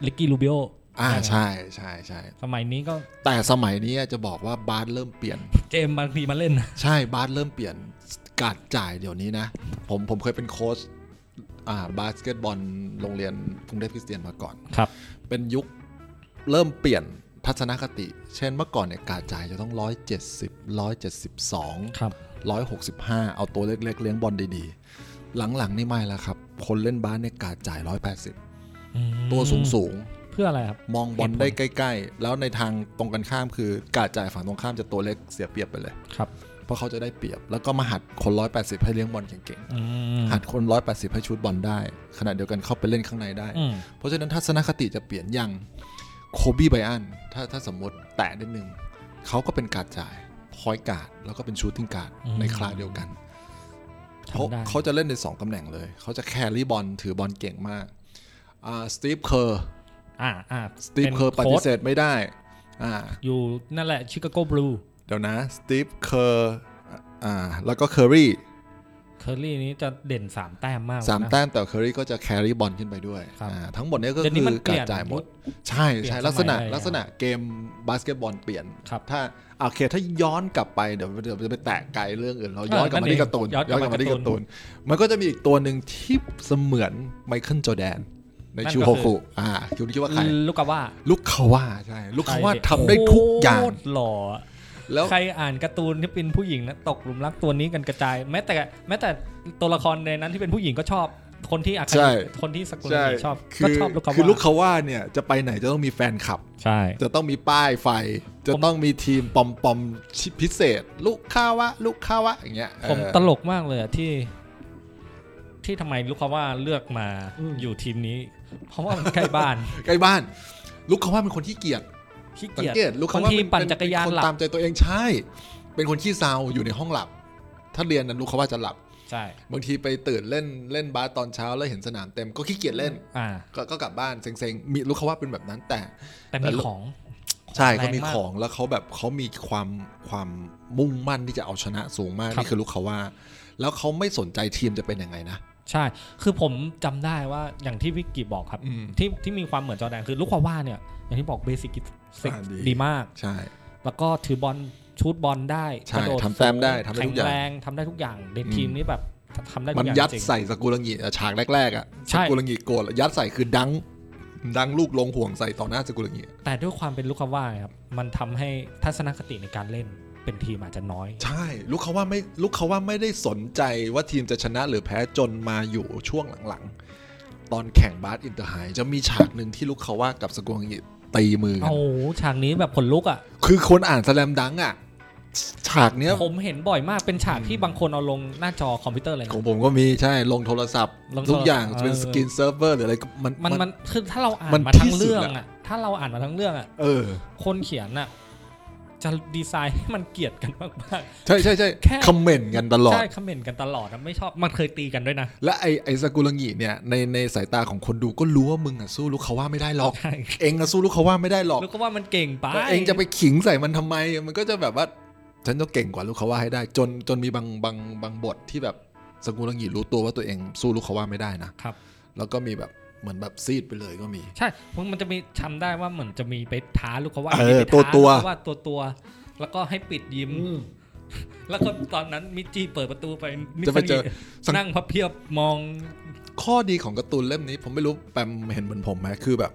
A: ลิกกี้ลูบิโอ
B: อ่าใช่ใช่ใช่
A: สมัยนี้ก็
B: แต่สมัยนี้จะบอกว่าบาสเริ่มเปลี่ยน
A: เกมบางทีมาเล่นนะ
B: ใช่บาสเริ่มเปลี่ยนการจ่ายเดี๋ยวนี้นะ ผมผมเคยเป็นโค้ชอ่าบาสเกตบอลโรงเรียนกรุงเทพคริสเตียนมาก่อน
A: ครับ
B: เป็นยุคเริ่มเปลี่ยนทัศนคติ เช่นเมื่อก่อนเนี่ยการจ่ายจะต้อง 170 172
A: ครับ
B: 165 เอาตัวเล็กๆ เลี้ยงบอลดีๆ หลังๆ นี่ไม่แล้วครับ คนเล่นบาสเนี่ยการจ่าย 180 ตัวสูง
A: เพื่ออะไรครับ
B: ๆ มองบอลได้ใกล้ๆ แล้วในทางตรงกันข้ามคือการจ่ายฝั่งตรงข้ามจะตัวเล็กเสียเปรียบไปเลย
A: ครับ
B: เพราะเขาจะได้เปรียบ แล้วก็มาหัดคน 180 ให้เลี้ยงบอลเก่ง
A: อืม
B: ๆ หัดคน 180 ให้ชุดบอลได้ ขณะเดียวกันเข้าไปเล่นข้างในได้
A: อืม
B: เพราะฉะนั้นทัศนคติจะเปลี่ยนอย่างโคบี้ไบอันถ้าถ้าสมมติแตะนิดนึงเขาก็เป็นการดจ่ายพอยการ์ดแล้วก็เป็นชูตติ้งการ์ดในคลาวเดียวกันเขา
A: ทำได้
B: เขาจะเล่นใน 2 ตำแหน่งเลย เขาจะแครี่บอลถือบอลเก่งมากอ่าสตีฟเคอร์
A: อ่าอ่า
B: สตีฟ
A: น
B: เคอร์ป
A: โค้
B: ฏิ
A: ช
B: เสธไม่ได้อ่า
A: อยู่นั่นแหละชิคาโกบลู
B: เดี๋ยวนะสตีฟเคอร์อ่าแล้วก็เคอรี่
A: เคอร์รี่นี้จะเด่น 3 แต้มมากเลยนะ
B: สามแต้มแต่เคอรี่ก็จะแครี่บอลขึ้นไปด้วย
A: ครับ
B: อ่าทั้งหมดเนี้ก็
A: เดี๋ยวนี้
B: คื
A: มัน
B: อ
A: เปลี่
B: กา
A: น
B: ย รดจ่ายหมด ใช่
A: เปลี่ย
B: ใช่
A: น
B: ลักษณะ
A: สมัยเลย
B: ลักษณะเกมบาสเกตบอลเปลี่ยน
A: ครับ
B: ถ้าโอเคถ้าย้อนกลับไปเดี๋ยวเดี๋ยวจะไปแตะไกลเรื่องอื่นเราย้อนกลับมาที่การ์ตูน
A: ย้อนกลับมา
B: ที่การ
A: กา์
B: ร์
A: ตู
B: ตู
A: น
B: น มันก็จะมีอีกตัวหนึ่งที่เสมือนไมเคิลจอร์แดน ใน
A: นั่นก็คือ
B: ชูโฮคุอ่าคุณคิดว่าใคร
A: ลูกกาว่า
B: ลูกคาว่าใช่ลูกคาว่าทำได้ทุกอย่าง
A: โคตรหล่อ
B: แล้ว
A: ใครอ่านการ์ตูนที่เป็นผู้หญิงนะตกหลุมรักตัวนี้กันกระจาย แม้แต่แม้แต่ตัวละครในนั้นที่เป็นผู้หญิงก็ชอบ คนที่อาคา
B: ใช่
A: คนที่สกุล
B: ใช่
A: ชอบ
B: คื
A: ก็
B: อ
A: ชอบลูก
B: คือ
A: คำ
B: ลูก
A: ว่า
B: คาว่าเนี่ยจะไปไหนจะต้องมีแฟนคลับ
A: ใช่
B: จะต้องมีป้ายไฟ จะต้องมีทีมปอมปอมพิเศษ ลูกคาวะลูกคาวะอย่างเงี้ย
A: ผม
B: เออ
A: ตลกมากเลยอะที่ ที่ทำไมลูกคำว่าเลือกมา
B: อืม
A: อยู่ทีมนี้ เพราะว่ามันใกล้
B: (laughs)
A: บ้าน
B: ใกล้บ้าน ลูกคาว่าเป็นคนขี้เกียจ
A: ขี้
B: สั
A: เกี
B: ง
A: ยจ
B: เกตลูก
A: บา
B: คำ
A: ง
B: ว่า
A: ที
B: เป็
A: ปั่นจักรยาน
B: เป็
A: หลั
B: คตา
A: บ
B: มใจตัวเองใช่ เป็นคนขี้เซาอยู่ในห้องหลับ ถ้าเรียนนั้นลูกคำว่าจะหลับ
A: ใช่
B: บางทีไปตื่นเล่นเล่นบาสตอนเช้าแล้วเห็นสนามเต็มก็ขี้เกียจเล่น
A: อ่า
B: ก็ก็กลับบ้านเซ็งๆมีลูกคำว่าเป็นแบบนั้นแต่
A: แต่
B: แต่
A: มี
B: ลูก
A: ของ
B: ใช่
A: แรง
B: เขามี
A: มาก
B: ของแล้วเขาแบบเขามีความความมุ่งมั่นที่จะเอาชนะสูงมาก
A: ครับ
B: นี่คือลูกคำว่า แล้วเขาไม่สนใจทีมจะเป็นยังไงนะ
A: ใช่ คือผมจำได้ว่าอย่างที่วิกกี้บอกครับ
B: อืม
A: ที่ที่มีความเหมือนจอร์แดนคือลูกคำว่าเนี่ย อย่างที่บอกเบสิก
B: อ่าดี
A: ดีมาก
B: ใช่
A: แล้วก็ถือบอลชูดบอลได้
B: ใช่
A: กระโดด
B: ทำแต้มได้ทำได้
A: แข็
B: ทุ
A: ง
B: กอย่าง
A: แรงทำได้ทุกอย่างในทีมนี้แบบทำได้ทุ
B: มัน
A: กอย่าง
B: ยัด
A: จริง
B: ใส่สกุลังงีอะฉากแรกๆอ่ะ
A: ใช่
B: สกุลังงีโกรธยัดใส่คือดังดังลูกลงห่วงใส่ต่อหน้าสกุลังงี
A: แต่ด้วยความเป็นลูกคำว่าครับ มันทำให้ทัศนคติในการเล่นเป็นทีมอาจจะน้อย
B: ใช่ ลูกเขาว่าไม่ลูกเขาว่าไม่ได้สนใจว่าทีมจะชนะหรือแพ้จนมาอยู่ช่วงหลังๆ ตอนแข่งบาสอินเตอร์ไฮจะมีฉากหนึ่งที่ลูกเขาว่ากับสกุลอังกฤษตีมือกัน
A: โอ้โหฉากนี้แบบขนลุกอ่ะ
B: คือคนอ่านแสแลมดังอ่ะ ฉากเนี้ย
A: ผมเห็นบ่อยมากเป็นฉากที่บางคนเอาลงหน้าจอคอมพิวเตอร์เลย
B: ข
A: นะ
B: องผมก็มีใช่ลงโทรศัพท์
A: ลงโทรศัพท์
B: ทุกอย่าง
A: เออ
B: เป็นสกินเซิร์ฟเวอร์หรืออะไรก็มัน
A: มันมันคือถ้าเราอ่าน
B: มัน
A: มา
B: ที่
A: ทั้ง
B: สุด
A: เรื่อง
B: แล้ว
A: อ่ะ ถ้าเราอ่านมาทั้งเรื่องอ่ะ
B: เออ
A: คนเขียนอ่ะ จะดีไซน์ให้มันเกลียดกันมาก
B: ใช่ใช่ใช่
A: แค่
B: คอมเมนต์กันต
A: ๆ
B: ลอด
A: ใช่คอมเมนต์กันตลอดนะไม่ชอบมันเคยตีกันด้วยนะ
B: และไอไอสกุลังกีเนี่ยในในสายตาของคนดูก็รู้ว่ามึงอ่ะสู้ลูกเขาว่าไม่ได้หรอก
A: ใช่
B: เองอ่ะสู้ลูกเขาว่าไม่ได้หรอก
A: แล้วก็ว่ามันเก่งไป
B: แล้วเองจะไปขิงใส่มันทำไม มันก็จะแบบว่า ฉันต้องเก่งกว่าลูกเขาว่าให้ได้ จนจนมีบางบางบางบทที่แบบสกุลรังหยีรู้ตัวว่าตัวเองสู้ลูกเขาว่าไม่ได้นะครับ แล้วก็มีแบบเหมือนแบบซีดไปเลยก็มี
A: ใช่เพราะมันจะมีจำได้ว่าเหมือนจะมีไปท้าลูกเขาว่า
B: เออ
A: มีไปท้า
B: ตัวตัว
A: ลูกเขาว่าตัวตัว แล้วก็ให้ปิดยิ้ม แล้วก็ตอนนั้นมิจิเปิดประตูไปมิ
B: จะไป
A: ส
B: เจอ สัง
A: นั่งพับเพียบมอง
B: ข้อดีของการ์ตูนเล่มนี้ผมไม่รู้แปมเห็นเหมือนผมไหมคือแบบ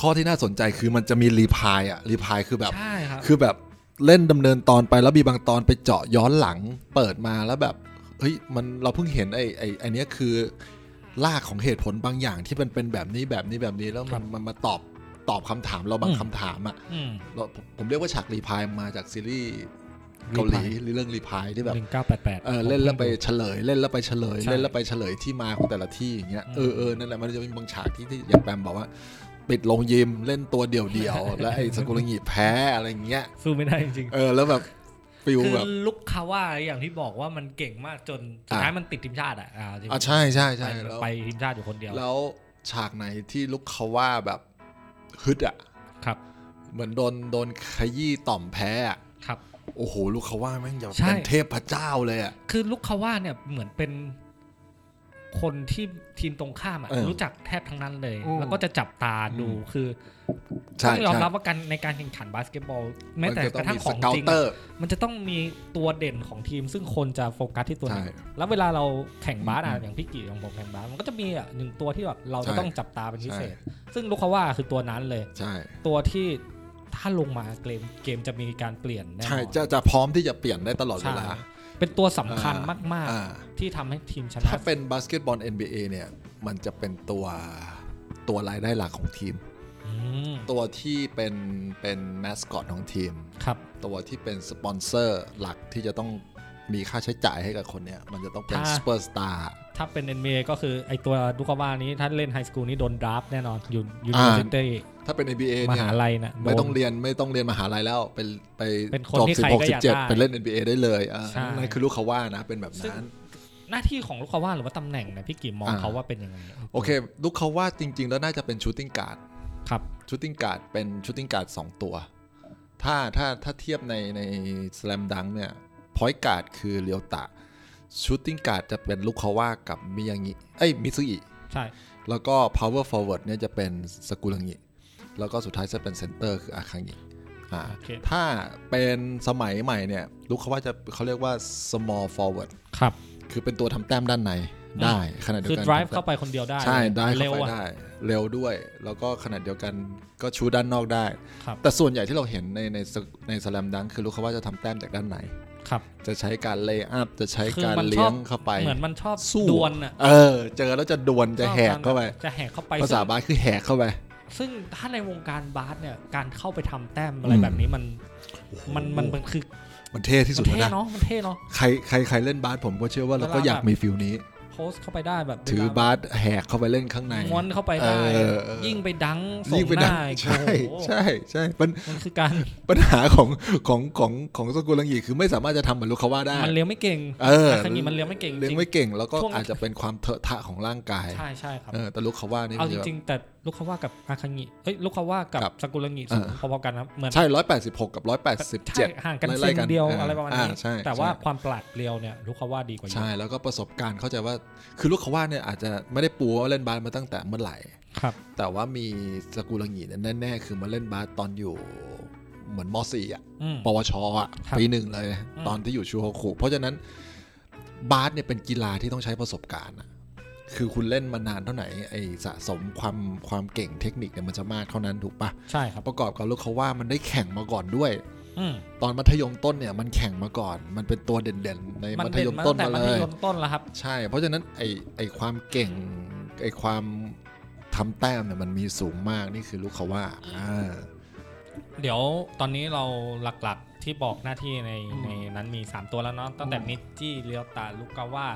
B: ข้อที่น่าสนใจคือมันจะมีรีพายอะรีพายคือแบบ
A: ใช่ครับ
B: คือแบบเล่นดำเนินตอนไปแล้วมีบางตอนไปเจาะย้อนหลัง เปิดมาแล้วแบบเฮ้ยมันเราเพิ่งเห็นไอ้ไอ้ไอ้เนี้ยคือลากของเหตุผลบางอย่างที่มันเป็นแบบนี้แบบนี้แบบนี้แล้ว
A: ครั
B: มัน
A: บ
B: มันมาตอบตอบคำถามเราบาง
A: อืม
B: คำถามอะ่ะ
A: อืม
B: เราผมผมเรียกว่าฉากรีพายมาจากซีรีส์เกาหลี
A: Reply
B: หรือเรื่องรีพายที่แบบ
A: หนึ่งเก้าแปดแปด
B: เออเล่นแล้วไปเฉลย เล่นแล้วไปเฉลย
A: ใช่
B: เล่นแล้วไปเฉลยที่มาของแต่ละที่อย่างเงี้ย
A: อืม
B: เออเออนั่นแหละมันจะมีบางฉากที่ที่อย่างแปมบอกว่า ปิดลงยิมเล่นตัวเดี่ยวเดียวๆและไอ้สกุลงีแพ้อะไรอย่างเงี้ย
A: สู้ไม่ได้จริง
B: เออแล้วแบบฟิล
A: ๆคือ
B: แบบ
A: ลูกคาว่าอย่างที่บอกว่ามันเก่งมากจนสุดท้ายมันติดทีมชาติอ่ะอ่าจริงๆ
B: อ่ะใช่ใช่
A: ไป
B: ใช่แล้ว
A: ไปทีมชาติอยู่คนเดียว
B: แล้วฉากไหนที่ลูกเขาว่าแบบฮึดอ่ะ
A: ครับ
B: เหมือนโดนโดนขยี้ต่อมแพ้อะ
A: ครับ
B: โอ้โหลูกเขาว่าแม่งอย่า
A: ใช่
B: เป็นเทพพระเจ้าเลยอ่ะ
A: คือลูกคาว่าเนี่ยเหมือนเป็นคนที่ทีมตรงข้ามอะ
B: เออ
A: รู้จักแทบทั้งนั้นเลย
B: อืม
A: แล้วก็จะจับตาดูคือ
B: ใช่
A: ต้องยอม
B: ใช่
A: รับว่าการในการแข่งขันบาสเกตบอลแม้แต่
B: นจ
A: กระทั่งของ
B: สเกา
A: จริง
B: เตอ
A: อะ
B: ร์
A: มันจะต้องมีตัวเด่นของทีม ซึ่งคนจะโฟกัสที่ตัวนั้น
B: ใช่
A: แล้วเวลาเราแข่งบาสอะ
B: อืม
A: อย่างพี่กิของผมแข่งบาสมันก็จะมีอะหนึ่งตัวที่แบบเราจะ
B: ใช่
A: ต้องจับตาเป็นพิเศษ ซึ่งลูกเขาว่าคือตัวนั้นเลย
B: ใช่
A: ตัวที่ถ้าลงมาเกมเกมจะมีการเปลี่ยนแน่น
B: ใช่
A: อน
B: จะจะพร้อมที่จะเปลี่ยนได้ตลอดเวลา
A: ใช่ เป็นตัวสำคัญ
B: อ่าม
A: าก
B: อ่า
A: ๆ ที่ทำให้ทีมชนะ
B: ถ้าเป็นบาสเกตบอล NBA เนี่ย มันจะเป็นตัวตัวรายได้หลักของทีม
A: อืม
B: ตัวที่เป็นเป็นแมสคอตของทีม
A: ครับ
B: ตัวที่เป็นสปอนเซอร์หลักที่จะต้องมีค่าใช้จ่ายให้กับคนเนี่ย มันจะต้องเป็นสเปอร์สตาร์
A: ถ้าเป็น NBA ก็คือไอตัวลูกาว่านี้ถ้าเล่นไฮสคูลนี้โดนดราฟแน่นอนอยู่ยูนิ
B: อ่า
A: เวอร์ซิตี้
B: ถ้าเป็น NBA
A: ม
B: เนี่ย
A: หาลัยนะ
B: ไม่ต้อง
A: โดน
B: เรียนไม่ต้องเรียนมหาลัยแล้วไปไป
A: เป็นคน
B: จบ
A: ที่
B: สิบ
A: ใคร
B: หก
A: ก็
B: สิ
A: อยา
B: บ
A: ก
B: เจ็ด
A: ได้
B: ไปเล่น NBA ได้เลยอ่า
A: ใช่
B: นั่นคือลูกเขาว่านะเป็นแบบนั้น
A: หน้าที่ของลูกาว่าหรือว่าตำแหน่งเนี่ยพี่กิมมอง
B: อ่า
A: เขาว่าเป็นยังไง
B: โอเค ลูกเขาว่าจริง ๆ แล้วน่าจะเป็นชูตติ้งการ์ด
A: ครับ
B: ชุดติ้งการ์ดเป็นชุดติ้งการ์ดสองตัว ถ้าถ้าถ้าเทียบในในสแลมดังเนี่ยพอยการ์ดคือเรียวตะ ชุดติ้งการ์ดจะเป็นลูกคาว่ากับมิยางิเอ้ยมิซุอิ
A: ใช่
B: แล้วก็ power forward เนี่ยจะเป็นสกุลังิแล้วก็สุดท้ายจะเป็นเซนเตอร์คืออาคังิอ่า
A: โอเค
B: ถ้าเป็นสมัยใหม่เนี่ยลูกคาว่าจะเขาเรียกว่า small forward
A: ครับ
B: คือเป็นตัวทำแต้มด้านในได้ขณะเดียว
A: คือ
B: กัน
A: drive เข้าไปคนเดียวได้
B: ใช่ได้
A: เร็
B: เข้าว ไป
A: อะ
B: ได้เร็วด้วย แล้วก็ขนาดเดียวกันก็ชูด้านนอกได้
A: ครับ
B: แต่ส่วนใหญ่ที่เราเห็นในในสในสแลมดังคือลูกเขาว่าจะทำแต้มจากด้านใน
A: ครับ
B: จะใช้การเลย์อัพจะใช้
A: คือ
B: การ
A: มันช
B: เลี้
A: อย บ
B: งเข้าไป
A: เหมือนมันชอบ
B: สู้
A: ดวลอ่ะ
B: เออ เจอแล้วจะดวลจะแหกเข้าไป
A: จะแหกเข้าไป
B: ภาษาบาสคือแหกเข้าไป
A: ซึ่งถ้าในวงการบาสเนี่ยการเข้าไปทำแต้มอะไร
B: อืม
A: แบบนี้มันมันมันมันคือ
B: มันเท่ที่
A: มั
B: สุ
A: น
B: ด
A: เท่
B: แล้วนะ
A: เนาะมันเท่เนาะ
B: ใครใครใครเล่นบาสผมก็เชื่อว่าเราก็
A: เวลา
B: อยาก
A: แบบ
B: มีฟิลนี้
A: โพสต์เข้าไปได้แบบ
B: ถือ
A: เวล
B: บาสแหกเข้าไปเล่นข้างใน
A: ม้วนเข้าไปได้
B: เออเออ
A: ยิ่งไปดังส่
B: ยิ่
A: ง
B: งไป
A: ห
B: ดั
A: น้าง อีก
B: ใช่
A: โอ้โห
B: ใช่ใช่มัน
A: มันคือการ
B: ปัญหาของของของของสกุลังยีคือไม่สามารถจะทำเหมือนลูกคาว่าได้
A: มันเลี้ยวไม่เก่ง
B: เออ
A: คันนี้มันเลี้ยวไม่เก่งจ
B: เลี้ยง
A: ริง
B: ไม่เก่งแล้วก็
A: ช่วง
B: อาจจะเป็นความเถอะทะของร่างกาย
A: ใช่ใช่ครับ
B: เออแต่ลูกคาว่านี่
A: เอาจ
B: คือ
A: ริง ๆ แต่ลูกเขาว่ากับอาคังิเอ้ยลูกเขาว่ากับ
B: ครับ
A: สกุลังิ
B: เออ
A: พอๆกันครับเหมือน
B: ใช่ร้อยแปดสิบหกกับร้อยแปดสิบเจ็ด
A: ใช่ห่างกันเซ
B: ไล่
A: น
B: ๆกัน
A: เดียว
B: เอออ
A: อะไรประมาณนี้
B: อ่าใช่
A: แต่ว่า
B: ใช่
A: ความปลาดเปรียวเนี่ยลูกเขาว่าดีกว่าเย
B: ใช่
A: อะ
B: แล้วก็ประสบการณ์เข้าใจว่าคือลูกคาว่าเนี่ยอาจจะไม่ได้ปูว่าเล่นบาสมาตั้งแต่เมื่อไหร่
A: ครับ
B: แต่ว่ามีสกุลังยีเนี่ยแน่ๆ คือมาเล่นบาสตอนอยู่เหมือนมสี่อ่ะ
A: อืม
B: ปวชอ่ะ
A: ครับ
B: ปีหนึ่งเลย
A: อืม
B: ตอนที่อยู่ชูโฮคุเพราะฉะนั้นบาสเนี่ยเป็นกีฬาที่ต้องใช้ประสบการณ์อะคือคุณเล่นมานานเท่าไหร่ไอ้สะสมความความเก่งเทคนิคเนี่ยมันจะมากเท่านั้นถูกปะ
A: ใช่ครับ
B: ประกอบกับลูกเขาว่ามันได้แข่งมาก่อนด้วย
A: อืม
B: ตอนมัธยมต้นเนี่ยมันแข่งมาก่อน มันเป็นตัวเด่นๆ ในมัธยมต้นมา
A: มั
B: เล
A: ธ
B: ย
A: ยมต้นแล้วครับ
B: ใช่ เพราะฉะนั้นไอ้ไอ้ความเก่งไอ้ความทำแต้มเนี่ยมันมีสูงมากนี่คือลูกเขาว่าอ่า
A: เดี๋ยวตอนนี้เราหลักๆที่บอกหน้าที่ใน
B: อืม
A: ในนั้นมี 3 ตัวแล้วเนาะตั้งแต่
B: อืม
A: นิจจี้เลียวตาลูกาว่า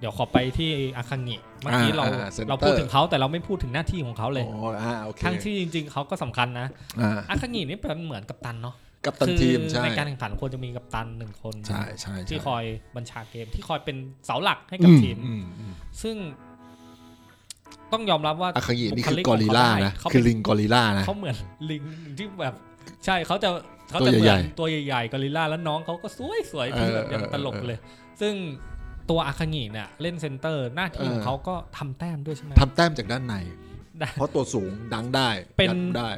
A: เดี๋ยวขอไปที่อาคังิเมื่อกี้เรา
B: อ่าอ่า center
A: เราพูดถึงเขาแต่เราไม่พูดถึงหน้าที่ของเขาเลย
B: โอ้อ่าโอเค
A: ทั้งที่จริง ๆ เขาก็สำคัญนะ
B: อ่า
A: อาคังินี่เป็นเหมือนกัปตันเนาะ
B: กับตัน
A: คือ
B: ทีมใช่
A: ในการแข่งขันควรจะมีกัปตันหนึ่งคน
B: ใช่ใช่
A: ที่
B: ใช่
A: คอยบัญชาเกมที่คอยเป็นเสาหลักให้กับทีม
B: อือืม
A: ซึ่ง ต้องยอมรับว่า
B: อาคางินี่คื
A: บุคลิ
B: อก กอริลล่า
A: ของเขาได้
B: นะ
A: เขาเป็น
B: คือลิงกอริลล่านะ
A: เขาเหมือนลิงที่แบบ ใช่เขาจะเขา
B: ตัว
A: จะ
B: ใหญ่ๆ
A: เหมือนตัวใหญ่ๆกอริลลาแล้วน้องเขาก็สวยๆ
B: เออ
A: คือแบบยังตลก
B: เออ
A: เลย ซึ่งตัวอาคางิเนี่ยเล่นเซนเตอร์หน้าที่ของ
B: เออ
A: เขาก็ทำแต้มด้วยใช่ไหม
B: ทำแต้มจากด้านใน
A: ได้
B: เพราะตัวสูงดังได้
A: เป็น
B: ยัดได้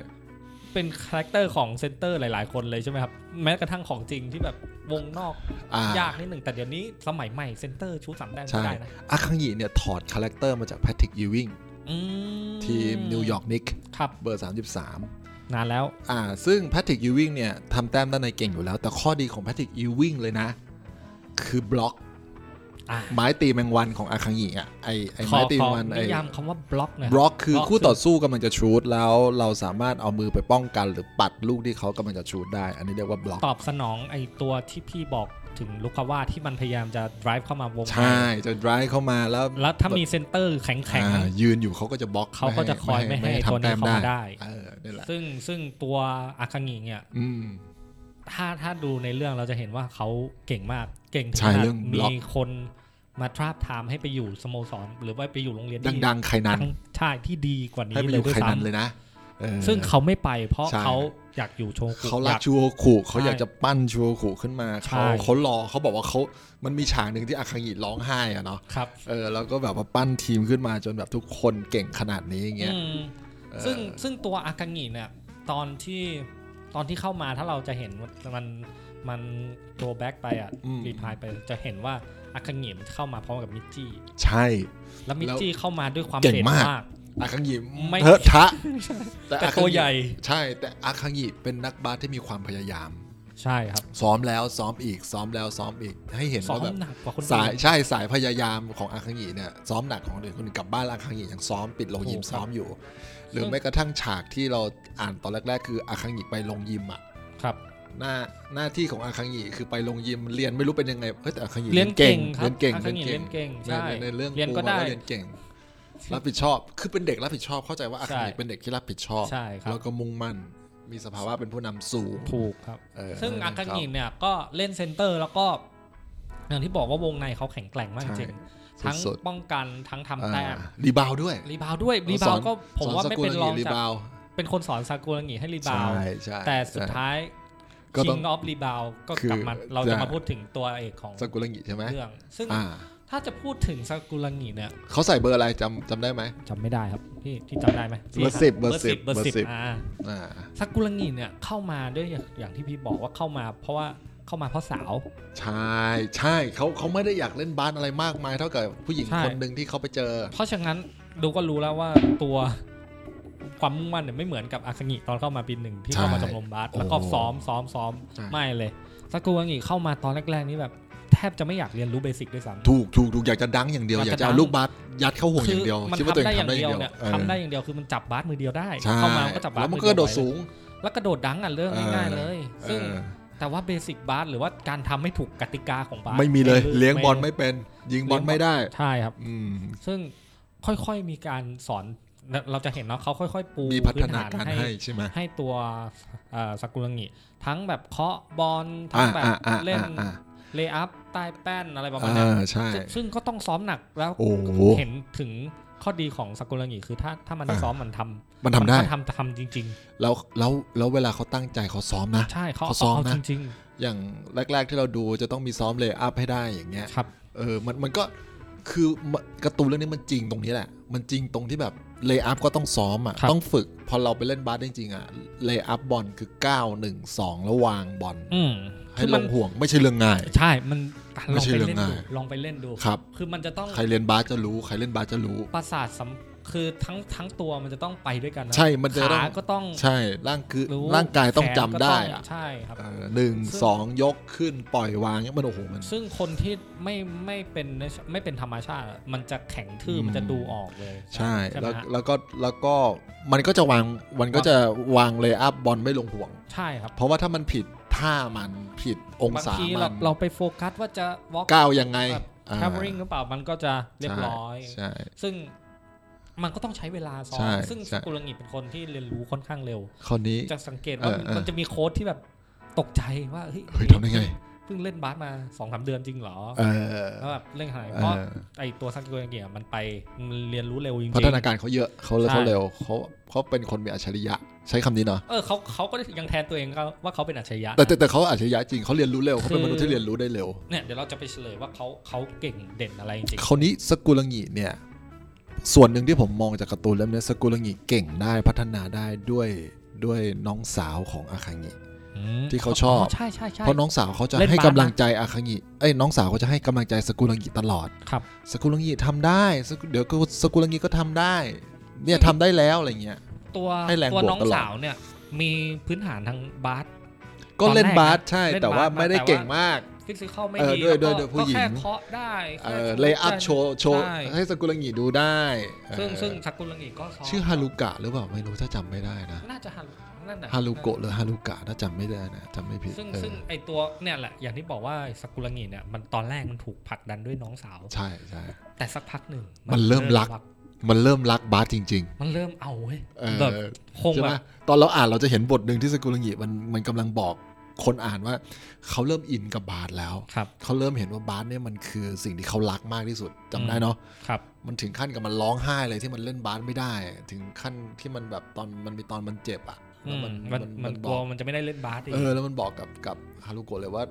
A: เป็นคาแรคเตอร์ของเซนเตอร์หลายๆ คนเลยใช่ไหมครับ แม้กระทั่งของจริงที่แบบวงนอก
B: อ่าย
A: ากนิดหนึ่งแต่เดี๋ยวนี้สมัยใหม่เซนเตอร์ชูสามแต้ม
B: ใช่
A: ได้นะ
B: อาคังยีเนี่ยถอดคาแรคเตอร์มาจากแพทริกยูวิง
A: อืม
B: ทีมนิวยอร์กนิก
A: ครับ
B: เบอร์ 33
A: นานแล้ว
B: อ่า ซึ่งแพทริกยูวิงเนี่ยทำแต้มด้านในเก่งอยู่แล้ว แต่ข้อดีของแพทริกยูวิงเลยนะ คือบล็อก
A: อ่ะ
B: ไม้ตีแมงวันของอาคังยีอ่ะไอไอ
A: ขอ
B: ไม้ตี
A: ข
B: แม
A: อง
B: วันไอ
A: นิยามคำว่าบล็อกหนะ
B: บล็อกคือคู่ต่อสู้กำลังจะชูตแล้วเราสามารถเอามือไปป้องกัน หรือปัดลูกที่เขากำลังจะชูตได้ อันนี้เรียกว่าบล็อก
A: ตอบสนองไอตัวที่พี่บอกถึงลูกาว่าที่มันพยายามจะ drive เข้ามาวงใน
B: ใช่ จะดรายเข้ามาแล้ว
A: แล้วถ้ามีเซนเตอร์แข็ง
B: อ่ายืนอยู่เขาก็จะบล็อก
A: เขาก็จะคอยไม่ให้
B: ทำแต้ม
A: ตัวนี้เข้ามาได้
B: เออนี่แหละ
A: ๆ ซึ่งซึ่งตัวอาคางิเนี่ย
B: อืม
A: ถ้าถ้าดูในเรื่องเราจะเห็นว่าเขาเก่งมาก เก่งถึง
B: ใช่
A: ขนาด
B: เรื่องบล็อก
A: มีคนมาทราบทามให้ไปอยู่สโมสร หรือว่าไปอยู่โรงเรียนที่
B: ดังๆใครนั้น
A: ทั้งใช่ที่ดีกว่านี้
B: ให้ไป
A: เล
B: อย ยู่
A: ด้วย
B: ใครนั้นเล
A: ซ้ำ
B: ยนะเออ
A: ซึ่งเขาไม่ไปเพราะ
B: ใช่
A: เขาอยากอยู่โชกุ
B: เขา
A: อ
B: รัก
A: ยาก
B: ชูโอคุเขา
A: ใช่
B: อยากจะปั้นชูโอคุขึ้นมา
A: ใช่
B: เขาเขารอเขาบอกว่าเขามันมีฉากหนึ่งที่อาคางิร้องไห้อะเนาะ
A: ครับ
B: เออแล้วก็แบบว่าปั้นทีมขึ้นมาจนแบบทุกคนเก่งขนาดนี้อย่างเงี้ย
A: อืม
B: เออ
A: ซึ่งซึ่งตัวอาคางิเนี่ย ตอนที่ตอนที่เข้ามาถ้าเราจะเห็นว่ามันมันโ w แบ็กไปอ่ะ
B: อืม
A: รีพายไปจะเห็นว่าอาคาเงียมนเข้ามาพร้อมกับมิจจี้
B: ใช่
A: แล้วมิจจี้เข้ามาด้วยความ
B: เก่ง
A: เด็ด
B: มาม
A: าก ก
B: อาคังยิ
A: ไม่
B: เทอะทะ
A: แต่
B: อาคัง
A: ตัว
B: ยิ
A: ใหญ่
B: ใช่ แต่อาคังยิเป็นนักบาสที่มีความพยายาม
A: ใช่ครับ
B: ซ้อมแล้วซ้อมอีกซ้อมแล้วซ้อมอีกให้เห็น
A: ซ้อ
B: ว่ามแบบ
A: หนักกว่าคน
B: สาย
A: อื่น
B: ใช่สายพยายามของอาคังยิเนี่ยซ้อมหนักของคนอื่นคนอื่นกลับบ้านแล้วอาคังยิยังซ้อมปิดโรงยิม
A: โอ้ครับ
B: ซ้อมอยู่ หรือแม้กระทั่งฉากที่เราอ่านตอนแรก ๆ คืออาคังยิไปโรงยิมอ่ะ
A: ครับ
B: หน้าหน้าที่ของอาคังยิคือไปโรงยิมเรียนไม่รู้เป็นยังไงเฮ้ยแต่อาคังยิ
A: เรียนเก่งครับ
B: เรียนเก่ง
A: อาคังยิเรียนเก่งใช่
B: ในในเรื่อง
A: เรียนก็
B: ปูมาว่า
A: ได้
B: เรียนเก่ง รับผิดชอบคือเป็นเด็กรับผิดชอบเข้าใจว่าอาคังยิ
A: ใช่
B: เป็นเด็กที่รับผิดชอบ
A: ใช่ครับ
B: แล้วก็มุ่งมั่นมีสภาวะเป็นผู้นำสูง
A: ถูกครับ
B: เ
A: ซึ่งอา
B: ค
A: กา
B: รับ
A: งิเนี่ยก็เล่นเซนเตอร์แล้วก็ อย่างที่บอกว่าวงในเขาแข็งแกร่งมากจริงๆ
B: ใช่
A: ทั้ง
B: สุดๆ
A: ป้องกันทั้งทำแต้ม
B: อ่ารีบาวด์ด้วย
A: รีบาวด้วยรีบาวก็ผมว่าไม่เป็นรอง
B: รี
A: จาก
B: บาวด์
A: เป็นคนสอนซากุระหงีให้รีบาว
B: ใช่ใช่
A: แต่สุดท้าย
B: ก็ต้อง
A: King of Rebound ก็กลับมา
B: คือ
A: เราจะ
B: จะ
A: มาพูดถึงตัวเอกของ
B: ซากุระงิใช่ไหม
A: เรื่อง ซึ่ง
B: อ่า
A: ถ้าจะพูดถึงซากุระหงีเนี่ย
B: เขาใส่เบอร์อะไรจำจำได้ไหม
A: จำไม่ได้ครับพี่ที่จำได้ไหม
B: เบอร์
A: พี่ค
B: สิบเบอร์สิบ
A: เบอร์
B: เบอร์สิ
A: สิบบ อ่า
B: อ่า
A: ซากุระหงีเนี่ยเข้ามาด้วยอย่างอย่างที่พี่บอกว่าเข้ามา เพราะว่าเข้ามาเพราะสาว
B: ใช่ใช่เขาเขาไม่ได้อยากเล่นบาสอะไรมากมาย เท่ากับผู้หญิง
A: ใช่
B: คนหนึ่งที่เขาไปเจอ
A: เพราะฉะนั้นดูก็รู้แล้วว่าตัวความมุ่งมั่นเนี่ยไม่เหมือนกับอาคางิตอนเข้ามาปีหนึ่งที่
B: ใช่
A: เข้ามาชมรมบาสแล้วก็
B: โอ้โห
A: ซ้อมซ้อมซ้อม
B: ใช่
A: ไม่เลยซากุระหงิเข้ามาตอนแรกๆนี่แบบ แทบจะไม่อยากเรียนรู้เบสิกด้วยซ้ำ
B: ถูกถูกถูกอยากจะดังอย่างเดียว
A: อยาก
B: อ
A: จะ
B: ยากจะเอา
A: ดัง
B: ลูกบาสยัดเข้าห่วงอย่างเดียว
A: มัน
B: คิดว่าตัว
A: ทำ
B: เอ
A: ได้อ
B: งทำ
A: ย่างเดีว
B: ได้อย่ายงเดียว
A: เนี่ย
B: เออ
A: ทำได้อย่างเดียวคือมันจับบาสมือเดียวได้
B: ใช่
A: เข้ามาก็จับบาส
B: แล้วมัน
A: อ
B: ก็กระโดด
A: ไว้
B: สูง
A: แล้วกระโดดดังอ่ะเรื่องง่ายๆเลย ซึ่ง
B: เออ
A: แต่ว่าเบสิกบาสหรือว่าการทำให้ถูกกติกาของบาส
B: ไม่มีเลย
A: ป็น
B: เลี้ยงบอลไม่เป็น ยิงบอลไม่ได้
A: ใช่ครับ
B: อืม
A: ซึ่งค่อยๆมีการสอนเราจะเห็นเนาะเขาค่อยๆ ปู
B: มีพัฒนาการ
A: พื้นฐน
B: ให้ใช่ไหม
A: ให้ตัวเอ่อซากุระงิทั้งแบบเคาะบอลทั้ง
B: อ่า
A: แบบ
B: อ่าอ่า
A: เล่น
B: อ่า
A: เลย์อัพใต้แป้นอะไรประมาณ
B: อ่า
A: เนี้ย
B: ใช่
A: ซึ่งซึ่งก็ต้องซ้อมหนักแล้ว
B: โอ้โห
A: เห็นถึงข้อดีของซากุระงิคือถ้าถ้ามัน
B: อ่า
A: ซ้อมมันทำ
B: มันทำได้
A: มันก็ทำทำจริง
B: แล้วแล้วแล้วเวลาเขาตั้งใจเขาซ้อมนะ
A: ๆ ใช่เขา
B: เขาซ้อม
A: เอา
B: นะ
A: จริง
B: อย่างแรก ๆ ที่เราดูจะต้องมีซ้อมเลย์อัพให้ได้อย่างเงี้ย
A: ๆ ครับ
B: เออมันมันก็คือมันการ์ตูนเรื่องนี้มันจริงตรงนี้แหละ มันจริงตรงที่แบบเลย์อัพก็ต้องซ้อมอ่ะ
A: ครับ
B: ต้องฝึก พอเราไปเล่นบาสจริงๆอ่ะเลย์อัพบอลคือ 9 1 2 แล้ววางบอล
A: อืม
B: ให้
A: คือ
B: ล
A: มัน
B: งห่วงไม่ใช่เรื่องง่าย
A: ใช่มันอ่ะ
B: ไม่
A: ลอง
B: ใช่
A: ไป
B: เรื่อง
A: เล่นดู
B: ง่าย
A: ลองไปเล่นดู
B: ครับ
A: คือมันจะต้อง
B: ใครเรียนบาสจะรู้ใครเล่นบาสจะรู้
A: ประสาทสัมคือทั้งทั้งตัวมันจะต้องไปด้วยกันนะ
B: ใช่มันจะต้อง
A: ขาก็ต้อง
B: ใช่ร่างคือ
A: รู้
B: ร่างกายต้อง
A: แขน
B: จำ
A: ก็
B: ได้
A: ต้อง
B: อ่ะ
A: ใช่ครับ
B: เออหนึ่งสองยกขึ้นปล่อยวางเนี่ยมันโอ้โหมัน
A: ซึ่งคนที่ไม่ไม่เป็นไม่เป็นธรรมชาติอะมันจะแข็งทื่อ
B: อืม
A: มันจะดูออกเลย
B: ใช่
A: ใช่ไหม
B: แล้ว
A: ฮะ
B: แล้วก็แล้วก็มันก็จะวางมันก็จะวางเลย์อัพบอลไม่ลงห่วง
A: ใช่ครับ
B: เพราะว่าถ้ามันผิดท่ามันผิดอง
A: บาง
B: ศา
A: ที
B: มั
A: เรา
B: น
A: เราไปโฟกัสว่าจะวอล์ก
B: ก้าวยังไง
A: ทาวเวอริงหรือเปล่ามันก็จะเรียบร้อย
B: ใช่
A: ซึ่งมันก็ต้องใช้เวลาซ้อม
B: ใช่
A: ซึ่ง
B: ใช่
A: สกุลงิเป็นคนที่เรียนรู้ค่อนข้างเร็ว
B: ข้อนี้
A: จะสังเกตว่า
B: เออเออ
A: มันจะมีโค้ดที่แบบตกใจว่าเฮ้ย
B: เฮ้ยทำได้ไง
A: เพิ่งเล่นบาสมาสองสามเดือนจริงเหรอ
B: เออ
A: แล้วแบบเล่นขนาดไหน
B: เอ
A: เพราะ
B: อ
A: ไอตัวสกุลงิมันไปมันเรียนรู้เร็วจริงๆ
B: พัฒนาการเขาเยอะเขาเลย
A: ใช่
B: เขาเร็วเขาเขาเป็นคนมีอัจฉริยะ ใช้คำนี้เนาะ
A: เออเขาเขาก็ยังแทนตัวเองก็ว่าเขาเป็นอัจฉริยะ
B: แต่
A: นะ
B: แต่แต่เขาอัจฉริยะจริงเขาเรียนรู้เร็วเขาเป็น
A: คือ
B: มนุษย์ที่เรียนรู้ได้เร็ว
A: เนี่ยเดี๋ยวเราจะไปเฉลยว่าเขาเขาเก่งเด่นอะไรจริง
B: คราวนี้สกุลังงีเนี่ย ส่วนหนึ่งที่ผมมองจากการ์ตูนเล่มเนี้ยสกุลังงีเก่งได้พัฒนาได้ด้วยด้วยน้องสาวของอาคังงี ที่เขาชอบ
A: ใช่ใช่ใช่
B: เพราะน้องสาวเขาจะ
A: เล่น
B: ให้
A: บาส
B: กำ
A: นะ
B: ลังใจอาคังงิเอ้ยน้องสาวเขาจะให้กำลังใจสกุลังกิตลอด
A: ครับ
B: สกุลังกิทำได้สกุเดี๋ยวก็สกุลังกิก็ทำได้ เนี่ยทำได้แล้วอะไรเงี้ย
A: ตัว
B: ให้แรง
A: ตัว
B: บวก
A: น้อง
B: ตลอด
A: สาวเนี่ย มีพื้นฐานทางบาส
B: ก็เล่
A: ต
B: น
A: อนแรกนะ
B: บาสใช่
A: เล่น
B: แต่ว่า
A: บาสนะ
B: ไม่ได้
A: แต่ว่า
B: เก่งมาก
A: ฟิสิกอลไม่
B: เออ
A: ดี
B: ด้วย
A: แล้ก็
B: ด้วยด้วยผู้หญิง
A: ก็แค่เคาะได้แค่
B: เอ่อ
A: ชก
B: เลย์อัพ
A: ได้
B: โชว์โชว์
A: ใช่
B: ให้สกุลังกิดูได้เอ่อ
A: ซึ่งซึ่งซากุรังอีก็ซ้ม
B: ชื่อฮารุกะหรือเปล่าไม่รู้ถ้าจำไม่ได้นะ
A: น่าจะฮารุนั่นแหละ
B: ฮารุโกะหรือฮารุกะถ้าจำไม่ได้นะจำไม่ผิด
A: ซึ่ง
B: เออ
A: ซึ่งไอตัวเนี่ยแหละอย่างที่บอกว่าซากุรังอีเนี่ยมันตอนแรกมันถูกผลักดันด้วยน้องสาว
B: ใช่ใช่
A: แต่สักพักหนึ่ง
B: มันเริ่มรัก มันเริ่มรักบาสจริง
A: มันเริ่มเอาเว้ย
B: ๆ เออ
A: แบบคง
B: ใช่
A: แบ
B: ไหม
A: บ
B: ตอนเราอ่านเราจะเห็นบทหนึ่งที่สกุลังกิมันมันกำลังบอกคนอ่านว่า เขาเริ่มอินกับบาสแล้ว
A: ครับ
B: เขาเริ่มเห็นว่าบาสเนี่ยมันคือสิ่งที่เขารักมากที่สุดจำได้เนาะ
A: ครับ
B: มันถึงขั้นกับมันร้องไห้เลยที่มันเล่นบาสไม่ได้ ถึงขั้นที่มันแบบตอนมันมีตอนมันเจ็บอ่ะ
A: อื
B: แล้ว
A: ม
B: มัน
A: มันมัน
B: บ
A: กลั
B: อ
A: ว
B: ก
A: มันจะไม่ได้เล่นบาสอีก
B: เออแล้วมันบอกกับกับฮารุโกะเลยว่า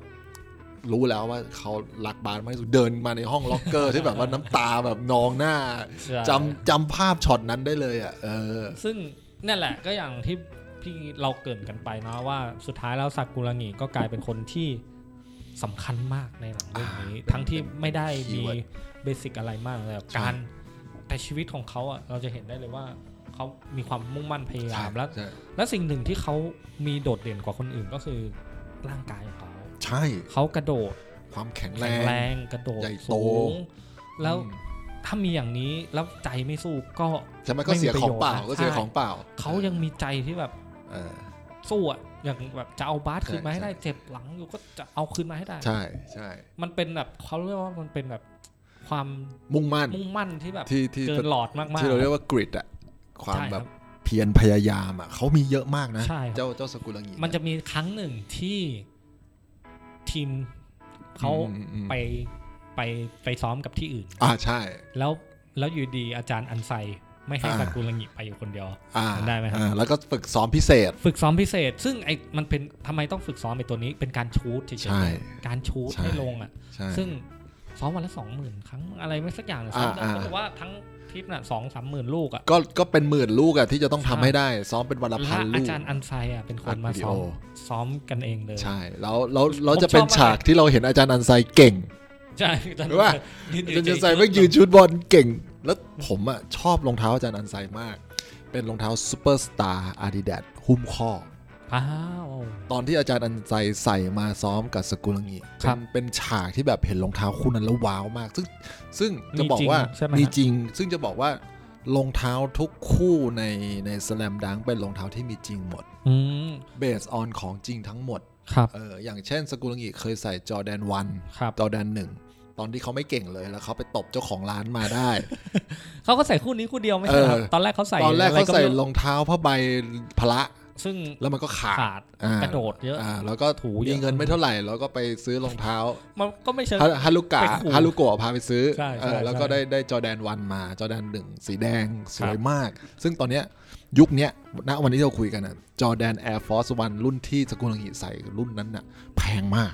B: รู้แล้วว่าเขารักบาสมากที่สุดเดินมาในห้องล็อกเกอร์
A: (laughs)
B: ที่แบบว่าน้ำตาแบบนองหน้า
A: ใช่
B: จำจำภาพช็อตนั้นได้เลยอ่ะเออ
A: ซึ่งนั่นแหละก็อย่างที่ ที่เราเกรินกันไปเนาะว่าสุดท้ายแล้วซากุระงิก็กลายเป็นคนที่สำคัญมากในหนังเรื่องนี้ ทั้งที่ไม่ได้มี
B: Keyword
A: เบสิกอะไรมากเลยอะการแต่ชีวิตของเขาอ่ะเราจะเห็นได้เลยว่าเขามีความมุ่งมั่นพยายามและ
B: ใช่
A: และสิ่งหนึ่งที่เขามีโดดเด่นกว่าคนอื่นก็คือร่างกายของเขา
B: ใช่
A: เขากระโดด
B: ความแข็งแร
A: แข็ง
B: ง
A: แรงกระโดด
B: ใหญ่โต
A: สูง แล้ว
B: อืม
A: ถ้ามีอย่างนี้แล้วใจไม่สู้ก็
B: ใช่ไหมก็เสีย
A: ไม่มี
B: ของเป
A: ป
B: ล่า
A: ระโยชน์
B: ก็เสีย
A: ใช่
B: ของเปล่า
A: เขายังมีใจที่แบบ
B: เออ
A: สู้อะอย่างแบบจะเอาบาสคืนมาให้
B: ใช่
A: ได้เจ็บหลังอยู่ก็จะเอาคืนมาให้ได้
B: ใช่ใช่
A: มันเป็นแบบเขาเรียกว่ามันเป็นแบบความ
B: มุ่งมั่น
A: มุ่งมั่นที่แบบ
B: ที่ที่
A: เกินหลอดมากๆ
B: ที่เราเรียกว่ากริดอะความ
A: ใช่ครับ
B: แบบเพียรพยายามอะเขามีเยอะมากนะ
A: ใช่ครับ
B: เจ้าเจ้าสกุลังงี
A: มันจะมีครั้งหนึ่งที่ทีมเขา
B: อืมอืมอืม
A: ไปไปไปซ้อมกับที่อื่น
B: อ่าใช่
A: แล้วแล้วอยู่ดีอาจารย์อันไซไม่ให้
B: อ่า
A: ซากุระงิไปอยู่คนเดียว
B: อ่า
A: จำได้ไหมครับ
B: อ่าแล้วก็ฝึกซ้อมพิเศษ
A: ฝึกซ้อมพิเศษ ซึ่งไอ้มันเป็นทำไมต้องฝึกซ้อมไอ้ตัวนี้เป็นการชูตเฉย
B: ใช่
A: ๆการชูต
B: ใช่
A: ให้ลงอ่ะ
B: ใช่
A: ซึ่งซ้อมวันละสองหมื่นครั้งอะไรไม่สักอย่างเลย
B: อ่า
A: ซ้อมแต่
B: อ่า
A: เขาบอกว่าทั้งทริปน่ะสองสามหมื่นลูกอ่ะ
B: ก็ก็เป็นหมื่นลูกอะที่จะต้องทำ
A: ใช่
B: ให้ได้ ซ้อมเป็นวันละพัน
A: และ
B: ลู
A: อาก จารย์อันไซอ่ะเป็นคนมา
B: อัดวิดี
A: ซ้อ
B: โอ
A: มซ้อมกันเองเลย
B: ใช่ แล้วแล้วเราจะ
A: ผมชอบ
B: เป็น
A: มาก
B: ฉากที่เราเห็นอาจารย์อันไซเก่ง
A: ใช่อาจารย์
B: หรือว่า
A: ยืน
B: อา
A: อยู่
B: จารย์อั
A: เฉๆ
B: นไซไม่งยืนชุดบอลเก่ง แล้วผมอะชอบรองเท้าอาจารย์อันไซมาก เป็นรองเท้าซูเปอร์สตาร์อาดิดาสหุ้มข้อ
A: อ้าว
B: ตอนที่อาจารย์อันไซใส่มาซ้อมกับสกุลังงีเป็นเป็นฉากที่แบบเห็นรองเท้าคู่นั้นแล้วว้าวมาก ซึ่งซึ่งจะบอกว่า
A: ใช่ไหม
B: มี
A: ฮะ
B: จริง ซึ่งจะบอกว่ารองเท้าทุกคู่ในในสแลมดังเป็นรองเท้าที่มีจริงหมด
A: อืม
B: เบสออนของจริงทั้งหมด
A: ครับ
B: เอออย่างเช่นสกุลังอีเคยใส่จอแดนวัน
A: ครับ
B: จอแดนหนึ่งตอนที่เขาไม่เก่งเลยแล้วเขาไปตบเจ้าของร้านมาได้
A: เขาก็ใส่คู่นี้คู่เดียวไม่ใช่เหรอครับ
B: เออ
A: ตอนแรก (laughs) เขาใส่
B: ตอนแรก
A: ะไ
B: เขาใส่
A: ไม่
B: รองเท้าผ้าใบพละ
A: ซึ่ง
B: แล้วมันก็ขาด
A: ขาด
B: อ่าก
A: ระโดดเยอะ
B: อ่าแล้วก็
A: ถูเย
B: มี
A: อะ
B: เงินไม่เท่าไหร่ แล้วก็ไปซื้อรอง
A: (laughs)
B: เท้า
A: มันก็ไม่เชิง
B: ฮาฮารุกะ
A: ไปขู่
B: ฮารุโกะพาไปซื้อ
A: ใช่
B: เออ
A: ใช่
B: แล้วก็ได้ได้จอแดนวันมาจอแดนหนึ่งสีแดงสวย
A: ครับ
B: มาก ซึ่งตอนเนี้ยยุคเนี้ยณวันนี้เราคุยกันนะจอแดนแอร์ฟอร์สวันรุ่นที่สกุลังอีใส่รุ่นนั้นน่ะแพงมาก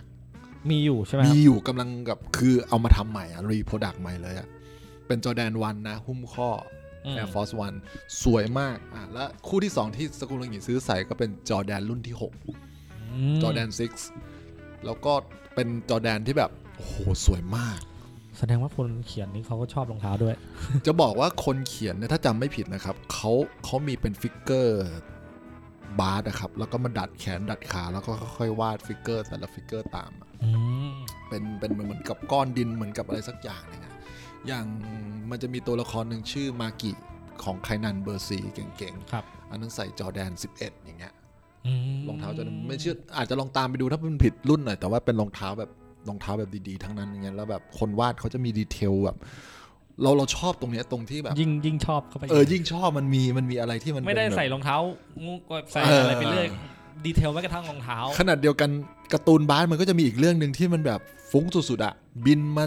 A: มีอยู่ใช่ไหมค
B: มี
A: รับ
B: อยู่กำลังกับคือเอามาทำใหม่อะรีโปรดักต์ใหม่เลยอะเป็นจอแดนวันนะ หุ้มข้อ
A: อืม
B: Air Force One สวยมากอ่ะและคู่ที่ 2 ที่สกุลเรังหยีซื้อใส่ก็เป็นจอแดนรุ่นที่
A: ม
B: 6 จอแดน 6 แล้วก็เป็นจอแดนที่แบบ โอ้โห สวยมาก
A: แสดงว่าคนเขียนนี้เขาก็ชอบรองเท้าด้วย
B: จะบอกว่าคนเขียนเนี่ยถ้าจำไม่ผิดนะครับ เขาเขามีเป็นฟิกเกอร์บาร์นะครับ แล้วก็มาดัดแขนดัดขา แล้วก็ค่อยๆวาดฟิกเกอร์แต่ละฟิกเกอร์ตามอะ
A: อืม
B: เป็นเป็นเหมือนกับก้อนดินเหมือนกับอะไรสักอย่างหนึงอะอย่างมันจะมีตัวละครหนึ่งชื่อมากิของไคนันเบอร์ซีเก่ง
A: ครับ
B: ๆ อันนั้นใส่จอร์แดน 11 อย่างเงี้ย
A: ม
B: รองเท้าจอร์แดนไม่เชื่ออาจจะลองตามไปดูถ้ามันผิดรุ่นหน่อย แต่ว่าเป็นรองเท้าแบบรองเท้าแบบดีๆ ทั้งนั้นอย่างเงี้ยแล้วแบบคนวาดเขาจะมีดีเทลแบบ เราเราชอบตรงเนี้ยตรงที่แบบ
A: ยิ่งยิ่งชอบเข้าไป
B: เออยิ่งชอบมันมีมันมีอะไรที่มัน
A: ไม่ได้
B: เป็นแบบ
A: ใส่รองเท้างูก็ใส่
B: เอออ
A: อะไรไปเรื่อยดีเทลแม้กระทั่งรองเท้า
B: ขนาดเดียวกันการ์ตูนบาสมันก็จะมีอีกเรื่องหนึ่งที่มันแบบฟุ้งสุดๆอะบินมา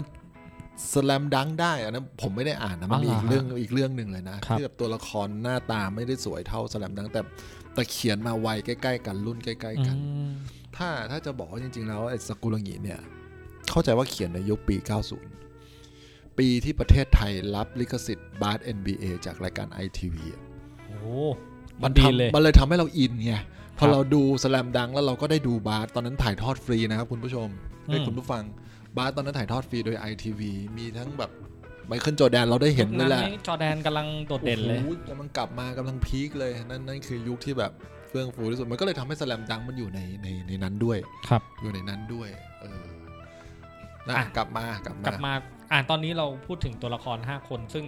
B: สแลมดังก์ได้อันนั้นผมไม่ได้อ่านนะมันมีอีก
A: อ๋อเหรอฮะ
B: เรื่องอีกเรื่องหนึ่งเลยนะครับ ที่แบบตัวละครหน้าตาไม่ได้สวยเท่าสแลมดังก์แต่แต่เขียนมาไวยใกล้ ๆ กันรุ่นใกล้ ๆ กัน
A: อืม
B: ถ้าถ้าจะบอกว่าจริง ๆ แล้วไอ้สกุลังหีเนี่ย เข้าใจว่าเขียนในยุคปี 90 ปีที่ประเทศไทยรับลิขสิทธิ์บาส NBA จากรายการ ITV อะ
A: โอ้
B: มั
A: มัน นดี
B: ทำ
A: เลย
B: มันเลยทำให้เราอินไง พ
A: ค
B: อ
A: รับ
B: เราดูสแลมดังแล้วเราก็ได้ดูบาสตอนนั้นถ่ายทอดฟรีนะครับคุณผู้ชม
A: อืม
B: ให้คุณผู้ฟังบาสตอนนั้นถ่ายทอดฟรีโดย ITV มีทั้งแบบไมเคิลจอร์แดนเราได้เห็นนั่นแหละ
A: จอแดนกำลังโดดเด่นเลย
B: โอ้โหกำลังกลับมากำลังพีคเลย นั่นนั่นคือยุคที่แบบเฟื่องฟูที่สุด มันก็เลยทำให้สแลมดังมันอยู่ในในในนั้นด้วย
A: ครับ
B: อยู่ในนั้นด้วยเออนะ
A: อ่ะ
B: กลับมากลับ
A: กลับ
B: มา
A: มาอ่านตอนนี้เราพูดถึงตัวละคร 5 คน ซึ่ง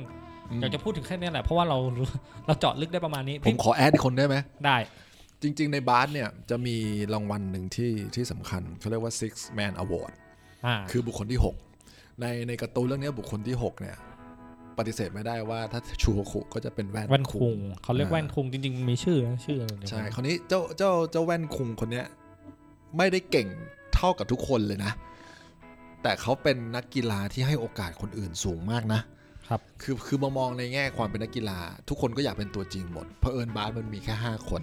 B: อืม
A: อยากจะพูดถึงแค่เนี้ยแหละ เพราะว่าเรารู้ (laughs) เราเจาะลึกได้ประมาณนี้
B: ผมขอแอดอีกคนได้ไหม
A: ได้
B: จริง ๆ ในบาสเนี่ยจะมีรางวัลหนึ่งที่ที่สำคัญเขาเรียกว่า six man award
A: อ่า
B: คือบุคคลที่ 6 ในในการ์ตูนเรื่องเนี้ยบุคคลที่ 6 เนี่ย ปฏิเสธไม่ได้ว่าถ้าชูโฮคุก็จะเป็นแว่น
A: แว่นคุ
B: ง
A: งเขาเรียกแว่นคุงจริงๆมีชื่อนะชื่อ
B: ใช่คราวนี้เจ้าเจ้าเจ้าแว่นคุงคนเนี้ยไม่ได้เก่งเท่ากับทุกคนเลยนะ แต่เขาเป็นนักกีฬาที่ให้โอกาสคนอื่นสูงมากนะ
A: ครับ
B: คือคือมามองในแง่ความเป็นนักกีฬา ทุกคนก็อยากเป็นตัวจริงหมดเพราะเอิญบาสมันมีแค่ 5 คน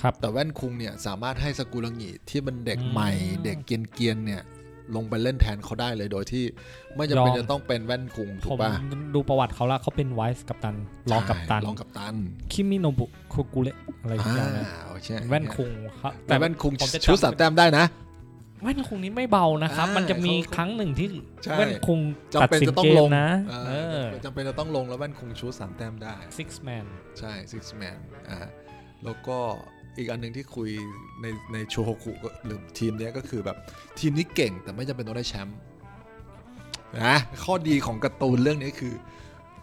A: ครับ
B: แต่แว่นคุงเนี่ยสามารถให้สกุลังงีที่มันเด็ก
A: อืม
B: ใหม่ เด็กเกรียนๆเนี่ย ลงไปเล่นแทนเขาได้เลยโดยที่ไม่จำเป็น
A: ยอม
B: จะต้องเป็นแว่นกลุ่มถู
A: ผ
B: ก
A: ม
B: ป่ะ
A: ดูประวัติเขาละเขาเป็นไวส์กัปตันรองกัปตัน
B: ใช่รองกับตัน
A: คิมิโนบุคุกุเระอะไรอย่าง
B: อ่า
A: เงี้ยนะ
B: โอเคอย่างเงี้ย
A: แว่นคุงครับ
B: แต่แว่นคุง
A: ผมจะจำ
B: ชุดสามแต้มได้นะ
A: แว่นคุงนี้ไม่เบานะครับ
B: อ่ามั
A: มันจะมี
B: เขา
A: ครั้งหนึ่งที่
B: ใช่
A: แว่นคุง
B: จำ
A: ตัด
B: เป็น
A: สิน
B: จะต้อง
A: เก
B: ล
A: ม
B: ง
A: นะ
B: เอ
A: เอ
B: อ
A: อ
B: จำเป็นจะต้องลงแล้วแว่นคุงชุดสามแต้มได้
A: six man
B: ใช่ six man อ่าแล้วก็อีกอันหนึ่งที่คุยในในโชโฮคุก็หรือทีมเนี้ยก็คือแบบทีมนี้เก่งแต่ไม่จำเป็นต้องได้แชมป์นะข้อดีของการ์ตูนเรื่องนี้คือ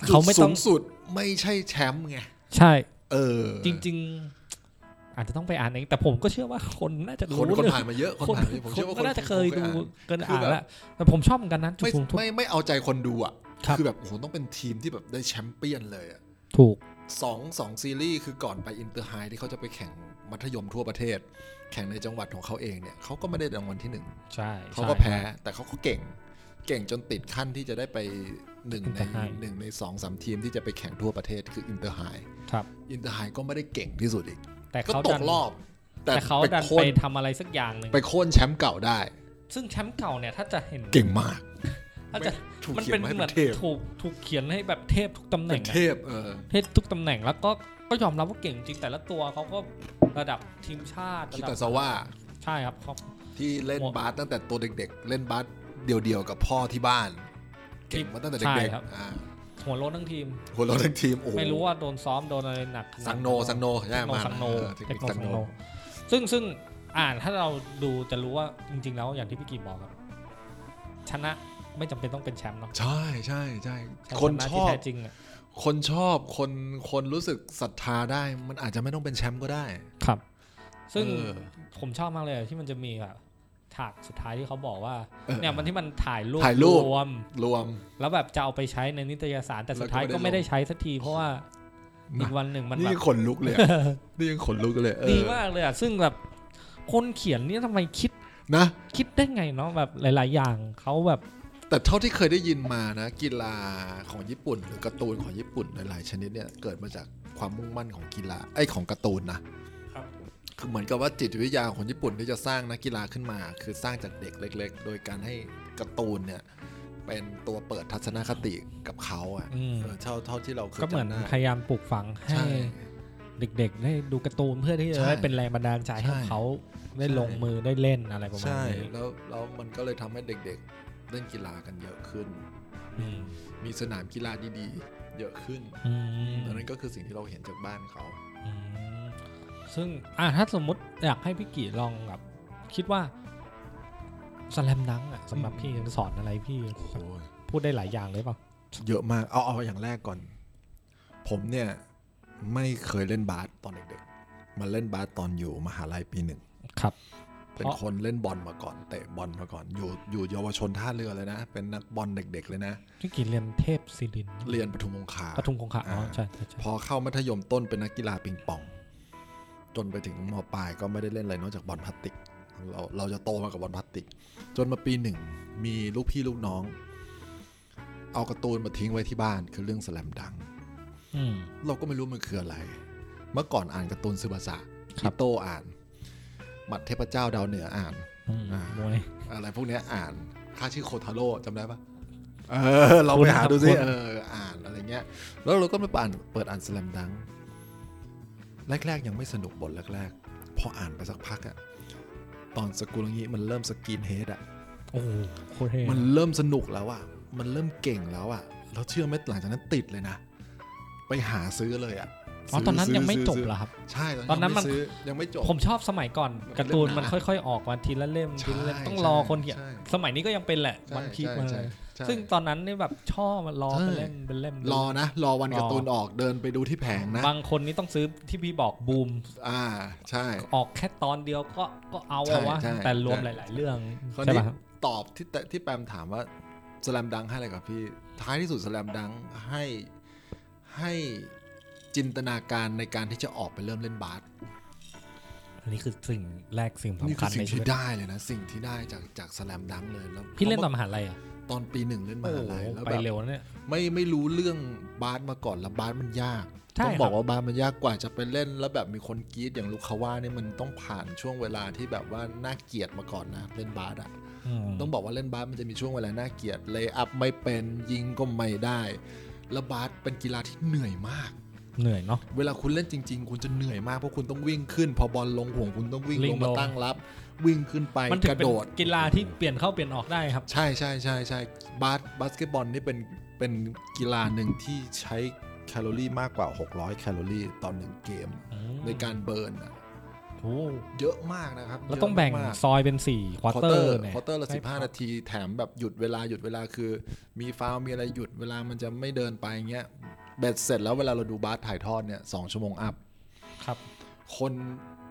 A: เขาไม่ต้
B: สู
A: อง
B: งสุดไม่ใช่แชมป์ไง
A: ใช่
B: เออ
A: จริง ๆ อาจจะต้องไปอ่านเองแต่ผมก็เชื่อว่าคนน่าจะรู้
B: คนคน
A: เรื่อง
B: ผ่านมาเยอะคน
A: คน
B: ผ่านมาเยอะผม
A: ค
B: เชื่อว่าคน
A: นน่าจะเคยดู
B: นอ่าน
A: เกิน
B: คือ
A: อ่าน
B: แบบ
A: ละแต่ผมชอบเหมือนกันนะจุด
B: ไม่
A: สูงทุก
B: ไม่ไม่เอาใจคนดูอ่ะ
A: ครับ
B: คือแบบโอ้โหต้องเป็นทีมที่แบบได้แชมป์เปี้ยนเลยอะ
A: ถูก
B: สองสองซีรีส์คือก่อนไปอินเตอร์ไฮที่เขาจะไปแข่งมัธยมทั่วประเทศ แข่งในจังหวัดของเขาเองเนี่ยเขาก็ไม่ได้รางวัลที่หนึ่ง
A: ใช่
B: เขาก็
A: ใช่
B: แพ้แต่เขาก็เก่ง เก่งจนติดขั้นที่จะได้ไปหนึ่งใน
A: Interhigh
B: หนึ่งในสองสามทีมที่จะไปแข่งทั่วประเทศคืออินเตอร์ไฮ
A: ครับ
B: อินเตอร์ไฮก็ไม่ได้เก่งที่สุดอีก
A: แต่
B: ก็
A: เขา
B: ต
A: ดั
B: ก
A: น
B: รอบ แต่
A: แต่เขาดัน
B: โค่
A: ไป
B: น
A: ทำอะไรสักอย่างหนึ่ง
B: ไปโค่นแชมป์เก่าได้
A: ซึ่งแชมป์เก่าเนี่ยถ้าจะเห็น
B: เก่งมาก
A: ถ้าจะ
B: ถูก
A: มัน
B: เขีย
A: เป็น น
B: มาให้
A: เหมือ
B: เป็
A: น
B: นเทพ
A: ถูกถูกเขียนให้แบบเทพทุกตำแห
B: เป็
A: น่ง
B: น
A: อะ
B: เทพเออ
A: เทพทุกตำแหน่งแล้วก็ก็ยอมรับว่าเก่งจริงแต่ละตัวเขาก็ระดับทีมชาติ
B: คิ
A: ระดั
B: ตา
A: บ
B: ซาว่า
A: ใช่ครับเขา
B: ที่เล่นบาสตั้งแต่ตัวเด็กๆ เล่นบาสเดี่ยวๆกับพ่อที่บ้าน เก่งมาตั้งแต่เด็กๆอ่า
A: หัวโล้นทั้งทีม
B: หัวเราะทั้งทีมโอ้โห
A: ไม่รู้ว่าโดนซ้อมโดนอะไรหนักขนาด
B: สังโน
A: ไห
B: สังโนใช่
A: เทค
B: ไห
A: โน
B: ม
A: สังโน
B: เออเทค
A: เท
B: นิ
A: ค
B: ค
A: โน
B: สั
A: สั
B: ง
A: ง
B: โน
A: โน ซึ่งซึ่งอ่านถ้าเราดูจะรู้ว่าจริง ๆ แล้วอย่างที่พี่กีบอกครับ ชนะไม่จำเป็นต้องเป็นแชมป์เนาะ
B: ใช่ใช่ใช่
A: ใช้ชะ
B: คนช
A: ที่
B: อบ
A: แท้จริงอะ
B: คนชอบคนคนรู้สึกศรัทธาได้ มันอาจจะไม่ต้องเป็นแชมป์ก็ได้
A: ครับ ซึ่ง
B: เออ
A: ผมชอบมากเลยที่มันจะมีแบบฉากสุดท้ายที่เขาบอกว่า
B: เออ
A: เนี่ยมันที่มันถ่ายรูป
B: ถ่ายรูป
A: รวม
B: รวม
A: แล้วแบบจะเอาไปใช้ในนิตยสารแต่สุดท้าย
B: แล้วก็
A: ก็
B: ไม่
A: ไม่
B: ได้
A: ได้
B: ลง
A: ใช้สักที เพราะว่าอีกวันหนึ่งมัน
B: นี่
A: แบ
B: ยั
A: บ
B: งขนลุกเลยอะ นี่ยังขนลุกเลยเออ
A: ดีมากเลยอ่ะซึ่งแบบคนเขียนเนี่ยทำไมคิด
B: นะ
A: คิดได้ไงเนาะแบบหลาย ๆ อย่างเขาแบบ
B: แต่เท่าที่เคยได้ยินมานะ กีฬาของญี่ปุ่น หรือการ์ตูนของญี่ปุ่นหลายๆชนิดเนี่ยเกิดมาจากความมุ่งมั่นของกีฬาไอ้ยของการ์ตูนนะครับ คือเหมือนกับว่าจิตวิทยาของญี่ปุ่นที่จะสร้างนักกีฬาขึ้นมา คือสร้างจากเด็กเล็ก ๆ โดยการให้การ์ตูนเนี่ยเป็นตัวเปิดทัศนคติกับเขาอะ
A: อืม
B: เออเท่าเท่าที่เราเคย
A: ก็เหมือน
B: จำได้
A: พยายามปลูกฝังให้
B: ใช่
A: เด็กๆ ได้ดูการ์ตูนเพื่อที่จะ
B: ใช่
A: ได้เป็นแรงบันดาลใจให้
B: ใช่
A: เขาได้
B: ใช่
A: ลงมือได้เล่นอะไรประมาณ
B: ใช่
A: นี้
B: แล้วแล้วมันก็เลยทำให้เด็กๆ เล่นกีฬากันเยอะขึ้น
A: อืม
B: มีสนามกีฬาดีๆ เยอะขึ้น
A: อืม
B: อันนั้นก็คือสิ่งที่เราเห็นจากบ้านเขา
A: อืมซึ่งอ่ะถ้าสมมติอยากให้พี่กี่ลองแบบ คิดว่าสแลมดังอ่ะสำหรับพี่สอนอะไรพี่พูดได้หลายอย่างเลยเปล่า
B: เยอะมาก เอาเอาอย่างแรกก่อน ผมเนี่ย ไม่เคยเล่นบาสตอนเด็กๆ มาเล่นบาสตอนอยู่มหาลัยปีหนึ่ง
A: ครับ
B: เป็น
A: เพราะ
B: คนเล่นบอลมาก่อน เตะบอลมาก่อน อยู่อยู่เยาวชนท่าเรือเลยนะ เป็นนักบอลเด็ก ๆ เลยนะ
A: พี่กี่เรียนเทพศิรินทร์
B: เรียนปทุมคงคา
A: ปทุมคงคาอ๋อ
B: อ่า
A: ใช่ใช่ใช่
B: พอเข้ามัธยมต้นเป็นนักกีฬาปิงปอง จนไปถึงมปลายก็ไม่ได้เล่นอะไรนอกจากบอลพลาสติก เราเราจะโตมากับบอลพลาสติก จนมาปีหนึ่งมีลูกพี่ลูกน้อง เอาการ์ตูนมาทิ้งไว้ที่บ้าน คือเรื่องแสลมดัง
A: อืม
B: เราก็ไม่รู้มันคืออะไร เมื่อก่อนอ่านการ์ตูนซึบาสะ
A: ครั
B: คิ
A: บ
B: โตอ่าน หมัดเทพเจ้าดาวเหนืออ่าน
A: อืม
B: อ่า
A: มวย
B: อะไรพวกเนี้ยอ่านค่าชื่อโคทาโร่จำได้ปะเออ เราไปหาดู
A: คุ้
B: สิ
A: นๆ
B: เออ อ่านอะไรเงี้ย แล้วเราก็ไปอ่านเปิดอ่านสแลมดัง แรก ๆ ยังไม่สนุกบทแรก ๆ พออ่านไปสักพักอะตอนสกุลงี้มันเริ่มสกินเฮดอะ
A: โอ้โหโคตรเท่
B: มันเริ่มสนุกแล้วอะมันเริ่มเก่งแล้วอะเราเชื่อไหมหลังจากนั้นติดเลยนะ ไปหาซื้อเลยอะ
A: อ๋อตอนนั้น
B: ซื้
A: ยังไม่
B: ซื้
A: จบ
B: ซื้
A: เหรอครับ
B: ใช่
A: ตอนนั้นมัน
B: ยังไซื้อยังไม่จบ
A: ผมชอบสมัยก่อน
B: มัน
A: การ์ตูน
B: เล่มหนามั
A: มันค่อยๆ ออกมาทีละเล่ม
B: ใช่
A: ทีละเล่มต้อง
B: ใช่
A: รอคนเขียน
B: ใช่
A: สมัยนี้ก็ยังเป็นแหละ
B: ใช่
A: วันพีช
B: ใช่
A: มา
B: ใช่ใช่
A: ซึ่งตอนนั้นนี่แบบชอบมันรอเป็นเล่มเป็นเล่ม
B: รอนะ รอวันการ์ตูนออกเดินไปดูที่แผงนะ
A: บางคนนี่ต้องซื้อที่พี่บอกบูม
B: อ่าใช่
A: ออกแค่ตอนเดียวก็ก็เอา
B: ใช่
A: อะวะ
B: ใช่
A: แต่รวม
B: ใช่
A: หลาย ๆ เรื่อง
B: คน
A: ใช่
B: นี้
A: ป่ะครับ
B: ตอบที่แต่ที่แปมถามว่าสแลมดังให้อะไรกับพี่ ท้ายที่สุดสแลมดังให้ให้จินตนาการในการที่จะออกไปเริ่มเล่นบาส
A: อันนี้คือสิ่งแรกสิ่ง
B: นี่
A: สำ
B: คื
A: คั
B: อ
A: ญ
B: สิ่
A: ใน
B: ง
A: ชี
B: ที่
A: วิต
B: ได้เลยนะ สิ่งที่ได้จากจากสแลมดังเลยแล้ว
A: พี่เล่นต
B: พ
A: อ
B: ราะ
A: นมหาลัยอ่ะ
B: ตอนปีหนึ่งเล่นม
A: โอ้โห
B: หาลัยแล้ว
A: ไป
B: แบบ
A: เร็วนะเนี่ย
B: ไม่ไม่รู้เรื่องบาสมาก่อนแล้วบาสมันยาก
A: ใช่
B: ต้อง
A: ครับ
B: บอกว่าบาสมันยากกว่าจะไปเล่นแล้วแบบมีคนกรีดอย่างลูกคาว่าเนี่ยมันต้องผ่านช่วงเวลาที่แบบว่าน่าเกลียดมาก่อนนะเล่นบาสอะ
A: ม
B: ต้องบอกว่าเล่นบาสมันจะมีช่วงเวลาน่าเกลียดเลยอัพไม่เป็นยิงก็ไม่ได้ แล้วบาสเป็นกีฬาที่เหนื่อยมาก
A: เหนื่อยเนาะ
B: เวลาคุณเล่นจริง ๆ คุณจะเหนื่อยมากเพราะคุณต้องวิ่งขึ้น พอบอลลงห่วงคุณต้องวิ่ง
A: วิ่
B: ล
A: ง
B: งมา
A: ลง
B: ตั้งรับ วิ่งขึ้นไป
A: มันถึง
B: กระ
A: เป็น
B: โดด
A: กีฬาที่เปลี่ยนเข้าเปลี่ยนออกได้ครับ
B: ใช่ใช่ใช่ใช่บาสบาสเกตบอลนี่เป็นเป็นกีฬาหนึ่งที่ใช้แคลอรี่มากกว่า 600 แคลอรี่ต่อหนึ่งเกม
A: อืม
B: ในการเบิร์นอะ
A: โอ้
B: เยอะมากนะครับ
A: แล้วต้องแบ่งซอยเป็นสี่คว
B: ค
A: อ
B: อ
A: เตอ
B: เตอ
A: ร์
B: ร์
A: เนี่ย
B: คอเตอร์ละ
A: ให้
B: สิบห้านาทีแถมแบบหยุดเวลาหยุดเวลาคือ มีฟาวล์มีอะไรหยุดเวลามันจะไม่เดินไปอย่างเงี้ยเบ็ดเสร็จแล้วเวลาเราดูบาสถ่ายทอดเนี่ยสองชั่วโมงอัพ
A: ครับ
B: คน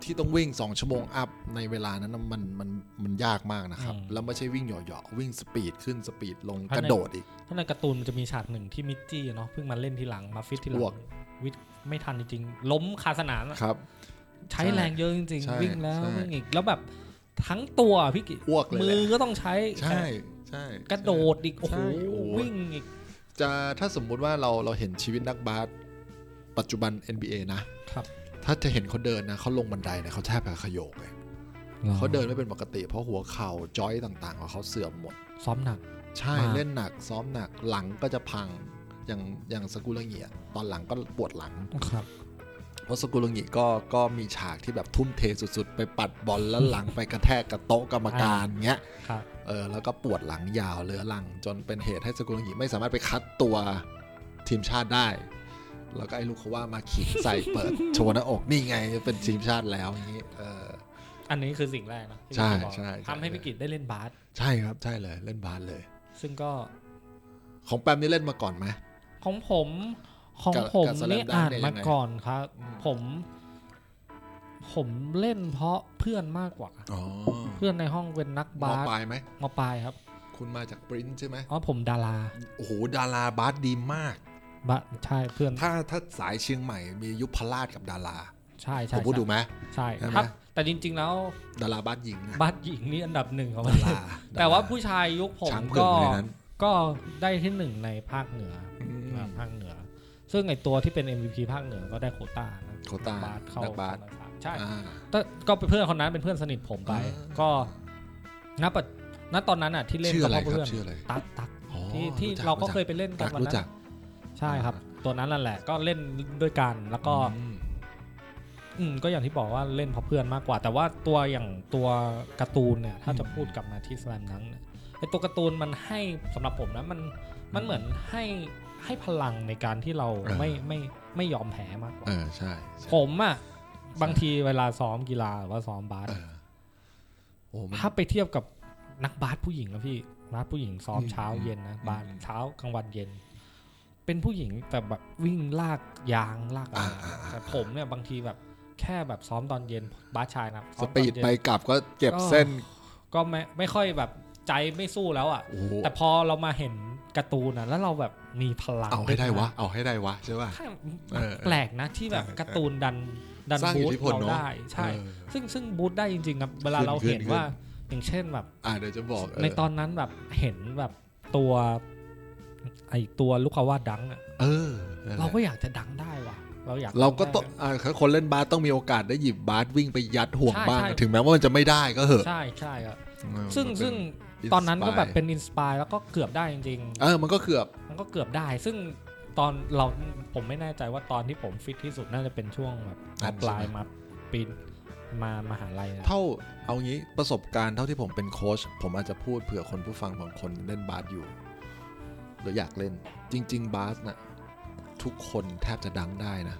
B: ที่ต้องวิ่ง 2 ชั่วโมงอัพในเวลานั้นน่ะมันมันมันยากมากนะครับ
A: อืม
B: แล้วไม่ใช่วิ่งเหยาะๆวิ่งสปีดขึ้นสปีดลง
A: เพราะ
B: ก
A: ใน
B: ระโดดอีก
A: ถ้าะในการ์ตูนมันจะมีฉากหนึ่งที่มิจจี้เนาะเพิ่งมาเล่นทีหลังมาฟิตทีหลั
B: อ้วก
A: งวิทย์ไม่ทันจริงๆล้มคาสนามอะ
B: ครับ
A: ใช้
B: ใช่
A: แรงเยอะจริง
B: ใช่
A: ๆวิ่งแล้ว
B: ใช่
A: วิ่งอีกแล้วแบบทั้งตัวอะพี่กิ
B: อ้วกเลยแหละ
A: มือก็ต้องใช้
B: ใช่ใช่
A: กระโดดอีกโอ้โห
B: ใช่โอ้โห
A: วิ่งอีก
B: จะถ้าสมมุติว่าเราเราเห็นชีวิตนักบาสปัจจุบัน NBA นะ
A: ครับ
B: ถ้าจะเห็นเขาเดินนะเขาลงบันไดเนี่ยเขาแทบจะขยโยกเลยเขาเดินไม่เป็นปกติ เพราะหัวเข่าจอยต่างๆของเขาเสื่อมหมด
A: ซ้อมหนัก
B: ใช่
A: มาก
B: เล่นหนักซ้อมหนักหลังก็จะพังอย่างอย่างสกุลเงียตอนหลังก็ปวดหลัง
A: ครับ
B: เพราะสกุลงิก็ก็มีฉากที่แบบทุ่มเทสุดๆ ไปปัดบอลแล้วหลังไปกระแทกกับโต๊ะกรรมการเงี้ย
A: ครับ
B: เออแล้วก็ปวดหลังยาวเรื้อรัง จนเป็นเหตุให้สกุลงิไม่สามารถไปคัดตัวทีมชาติได้ แล้วก็ไอ้ลูกเขาว่ามาขิงใส่เปิด โชว์หน้าอกนี่ไงเป็นทีมชาติแล้วอย่างนี้เออ
A: อันนี้คือสิ่งแรกนะที่
B: ใช่
A: พี่บอก
B: ใช่ใช่
A: ทำให้พี่กิจได้เล่นบาส
B: ใช่ครับใช่เลยเล่นบาสเลย
A: ซึ่งก็
B: ของแปมนี่เล่นมาก่อนไหม
A: ของผมของ
B: กับ
A: ผม
B: กับสแลม
A: เนี่ย
B: ดัง
A: อ่าน
B: เนี่ย
A: มา
B: ยังไง
A: ก่อนครับ ผม ผมเล่นเพราะเพื่อนมากกว่า
B: อ๋อ
A: เพื่อนในห้องเป็นนัก
B: ม
A: บาส
B: ปลายไหม
A: มาปลายครับ
B: คุณมาจากปรินซ์ใช่ไหม
A: อ๋อผมดารา
B: โอ้โหดาราบาสดีมาก
A: บาสใช่เพื่อน
B: ถ้าถ้าสายเชียงใหม่มียุพราชกับดารา
A: ใช่
B: ผ
A: ใช่
B: มพูด
A: ใช่
B: ถูกไหม
A: ใช่
B: ใช่ไหม
A: ครับ แต่จริง ๆ แล้ว
B: ดาราบ้านหญิงนะ
A: บาสหญิงนี่อันดับหนึ่งของป
B: ดา
A: ระเท
B: รา
A: ศแต่ว่า
B: ดร
A: ผู้ชายยุคผม
B: ช้างเผือก
A: ก็
B: อยู่ในนั้น
A: ก็ได้ที่หนึ่งในภาคเหนือ
B: อืม
A: อภาคเหนือ ซึ่งไอตัวที่เป็น MVP ภาคเหนือก็ได้โควต้านะ
B: โควตา
A: บาสเข้า
B: นักบาส
A: สนามใช่
B: อ่า
A: แต่ก็เป็นเพื่อนคนนั้นเป็นเพื่อนสนิทผมไป
B: อ่า
A: ก็ณปัจณตอนนั้นอ่ะที่เล่น
B: ชื่อ
A: ก็
B: อะไร
A: เพราะ
B: ครับ
A: เพื่อน
B: ชื่ออะไร
A: ตักตัก
B: อ๋อ
A: ที่ที่
B: จั
A: เราก็เคยไปเล่นกั
B: จั
A: น
B: ก
A: วัน
B: รู้
A: นั้
B: จั
A: น
B: ก
A: ใช่ครับ
B: อ่
A: ตัวนั้นนั่นแหละ ก็เล่นด้วยกันแล้วก็
B: อืม
A: อืมก็อย่างที่บอกว่าเล่นเพราะเพื่อนมากกว่า แต่ว่าตัวอย่างตัวการ์ตูนเนี่ย ถ้าจะพูดกลับมาที่สแลมดังก์เนี่ยไอตัวการ์ตูนมันให้สำหรับผมนะมันมันเหมือนให้ให้พลังในการที่เราไม่ไม่ไม่ยอมแพ้มากกว่า
B: เออใช่ใช่
A: ผมอะบางทีเวลาซ้อมกีฬาหรือว่าซ้อมบาส
B: เออโอ้มัน
A: ถ้าไปเทียบกับนักบาสผู้หญิงนะพี่บาสผู้หญิงซ้อม
B: อืม
A: เช้าเย็นนะ
B: อืม
A: บาสเช้ากลางวันเย็น เป็นผู้หญิงแต่แบบวิ่งลากยางลากอะไร
B: อ่าอ่าอ่า
A: แต่ผมเนี่ยบางทีแบบแค่แบบซ้อมตอนเย็นบาสชายนะ
B: ส
A: ซ้อมตอน
B: ปี
A: เย็
B: ด
A: น
B: ไปกลับก็เก็บเส้น
A: ก็ไม่ไม่ค่อยแบบใจไม่สู้แล้วอะ
B: โอ้โห
A: แต่พอเรามาเห็นการ์ตูนนะแล้วเราแบบมีพลัง
B: เอาให้ได้วะ เอาให้ได้วะใช่ป่ะ
A: ใช่
B: เออ
A: แปลกนะที่แบบ
B: เออเออ
A: การ์ตูนดันดัน
B: สร้าง
A: บู
B: อิ
A: ส
B: ทธิพล
A: เรา
B: เนาะ
A: ได้ใช่
B: เออ
A: ซึ่งซึ่งบูธได้จริงๆครับเวลา
B: ขึ้น
A: เรา
B: ขึ้น
A: เห็น
B: ขึ้น
A: ว่าอย่างเช่นแบบ
B: อ่าเดี๋ยวจะบอกเออ
A: ในตอนนั้นแบบเห็นแบบตัวไอตัวลูกค้าว่าดังอะ
B: เออนั่นแห
A: เรา
B: ละ
A: ก็อยากจะดังได้ว่ะ เราอยาก
B: เราก็ต้อง
A: ดัได้
B: อ่าคนเล่นบาสต้องมีโอกาสได้หยิบบาสวิ่งไปยัดห่วง
A: ใช่
B: บ้าง
A: ใช่
B: ถึงแม้ว่ามันจะไม่ได้ก็เหอะ
A: ใช่ใช่ครับ
B: เออ
A: ซึ่ง
B: มันเป็น
A: ซึ่ง
B: inspire
A: ตอนนั้นก็แบบเป็นอินสปายแล้วก็เกือบได้จริง
B: เออมันก็เกือบ
A: ๆมันก็เกือบได้ ซึ่งตอนเราผมไม่แน่ใจว่าตอนที่ผมฟิตที่สุดน่าจะเป็นช่วงแบบ
B: นั่น
A: ปลาย
B: ใช่ไหม
A: มาปีนมามหาลัยนะ
B: เท่าเอางี้ประสบการณ์เท่าที่ผมเป็นโค้ชผมอาจจะพูดเผื่อคนผู้ฟังบางคนเล่นบาสอยู่หรืออยากเล่น จริง ๆ บาสนะ่ะทุกคนแทบจะดังได้นะ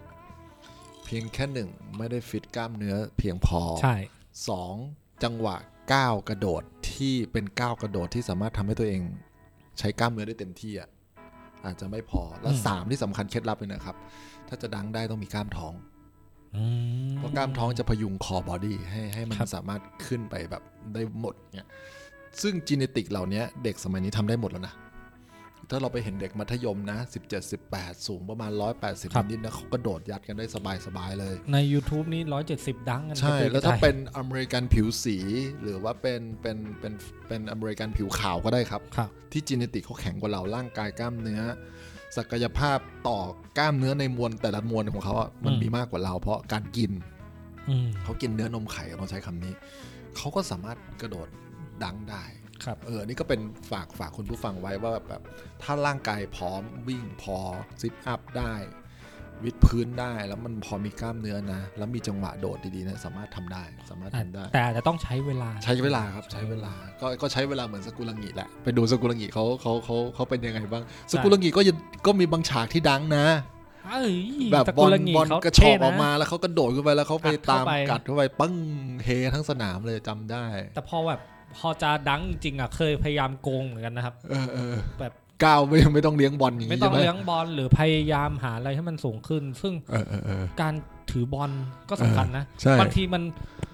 B: เพียงแค่หนึ่งไม่ได้ฟิตกล้ามเนื้อเพียงพอ
A: ใช่
B: สองจังหวะก้าวกระโดดที่เป็นก้าวกระโดดที่สามารถทำให้ตัวเอง ใช้กล้ามเนื้อได้เต็มที่อ่ะอาจจะไม่พอและ
A: อืม
B: สามที่สำคัญเคล็ดลับเลยนะครับ ถ้าจะดังได้ต้องมีกล้ามท้อง
A: อืม
B: เพราะกล้ามท้องจะพยุงคอบอดี้ให้ให้มัน
A: ครับ
B: สามารถขึ้นไปแบบได้หมดเนี่ยซึ่งจีเนติกเหล่านี้เด็กสมัยนี้ทำได้หมดแล้วนะ ถ้าเราไปเห็นเด็กมัธยมนะ 17 18 สูงประมาณ 180นิดๆนะเขากระโดดยัดกันได้สบายๆเลย
A: ใน YouTube นี้ 170 ดังกัน
B: ใช่
A: กระจุย
B: แล้วถ้าก
A: ระจย
B: เป็นอเมริกันผิวสี หรือว่าเป็นเป็นเป็นเป็นอเมริกันผิวขาวก็ได้ครับ
A: ครับ
B: ที่จีเนติกเขาแข็งกว่าเราร่างกายกล้ามเนื้อ ศักยภาพต่อกล้ามเนื้อในมวลแต่ละมวลของเขาอะมัน
A: อืม
B: มีมากกว่าเรา เพราะการกิน
A: อืม
B: เขากินเนื้อนมไข่ต้องใช้คำนี้ เขาก็สามารถกระโดดดังได้
A: ครับ
B: เออนี่ก็เป็นฝากฝากคุณผู้ฟังไว้ว่าแบบถ้าร่างกายพร้อมวิ่งพอซิทอัพได้ วิดพื้นได้แล้วมันพอมีกล้ามเนื้อนะ แล้วมีจังหวะโดดดีๆนะสามารถทำได้ สามารถทำได้
A: แต่อาจจะต้องใช้เวลา
B: ใช้เวลาครับใช้เวลาก็ก็ใช้เวลาเหมือนสกุลังงีแหละไปดูสกุลังงีเขาเขาเขาเขาเป็นยังไงบ้างสกุลังงีก็ยังก็มีบางฉากที่ดังนะ
A: เอ้ย
B: แบบ
A: ตะ
B: บอล
A: ลงี
B: บอล
A: เขา
B: กระชอ
A: เท่
B: ก
A: น
B: ออกมาแล้วเขากระโดดขึ้นไปแล้วเขาไป
A: อัดเข้า
B: ตาม
A: ไป
B: กัดเข้าไปปึ้งเฮทั้งสนามเลยจำได้
A: แต่พอแบบพอจะดังจริงๆอ่ะเคยพยายามโกงเหมือนกันนะครับ
B: เออเออ
A: แบบ
B: ก้าวไม่ไม่ต้องเลี้ยงบอลอย่าง
A: ไม่
B: นี้
A: ต้
B: ใช่
A: อง
B: ไหม
A: เลี้ยงบอลหรือพยายามหาอะไรให้มันสูงขึ้น ซึ่ง
B: เออเออเออ
A: การถือบอลก็สำคัญนะ
B: ใช่
A: บางทีมัน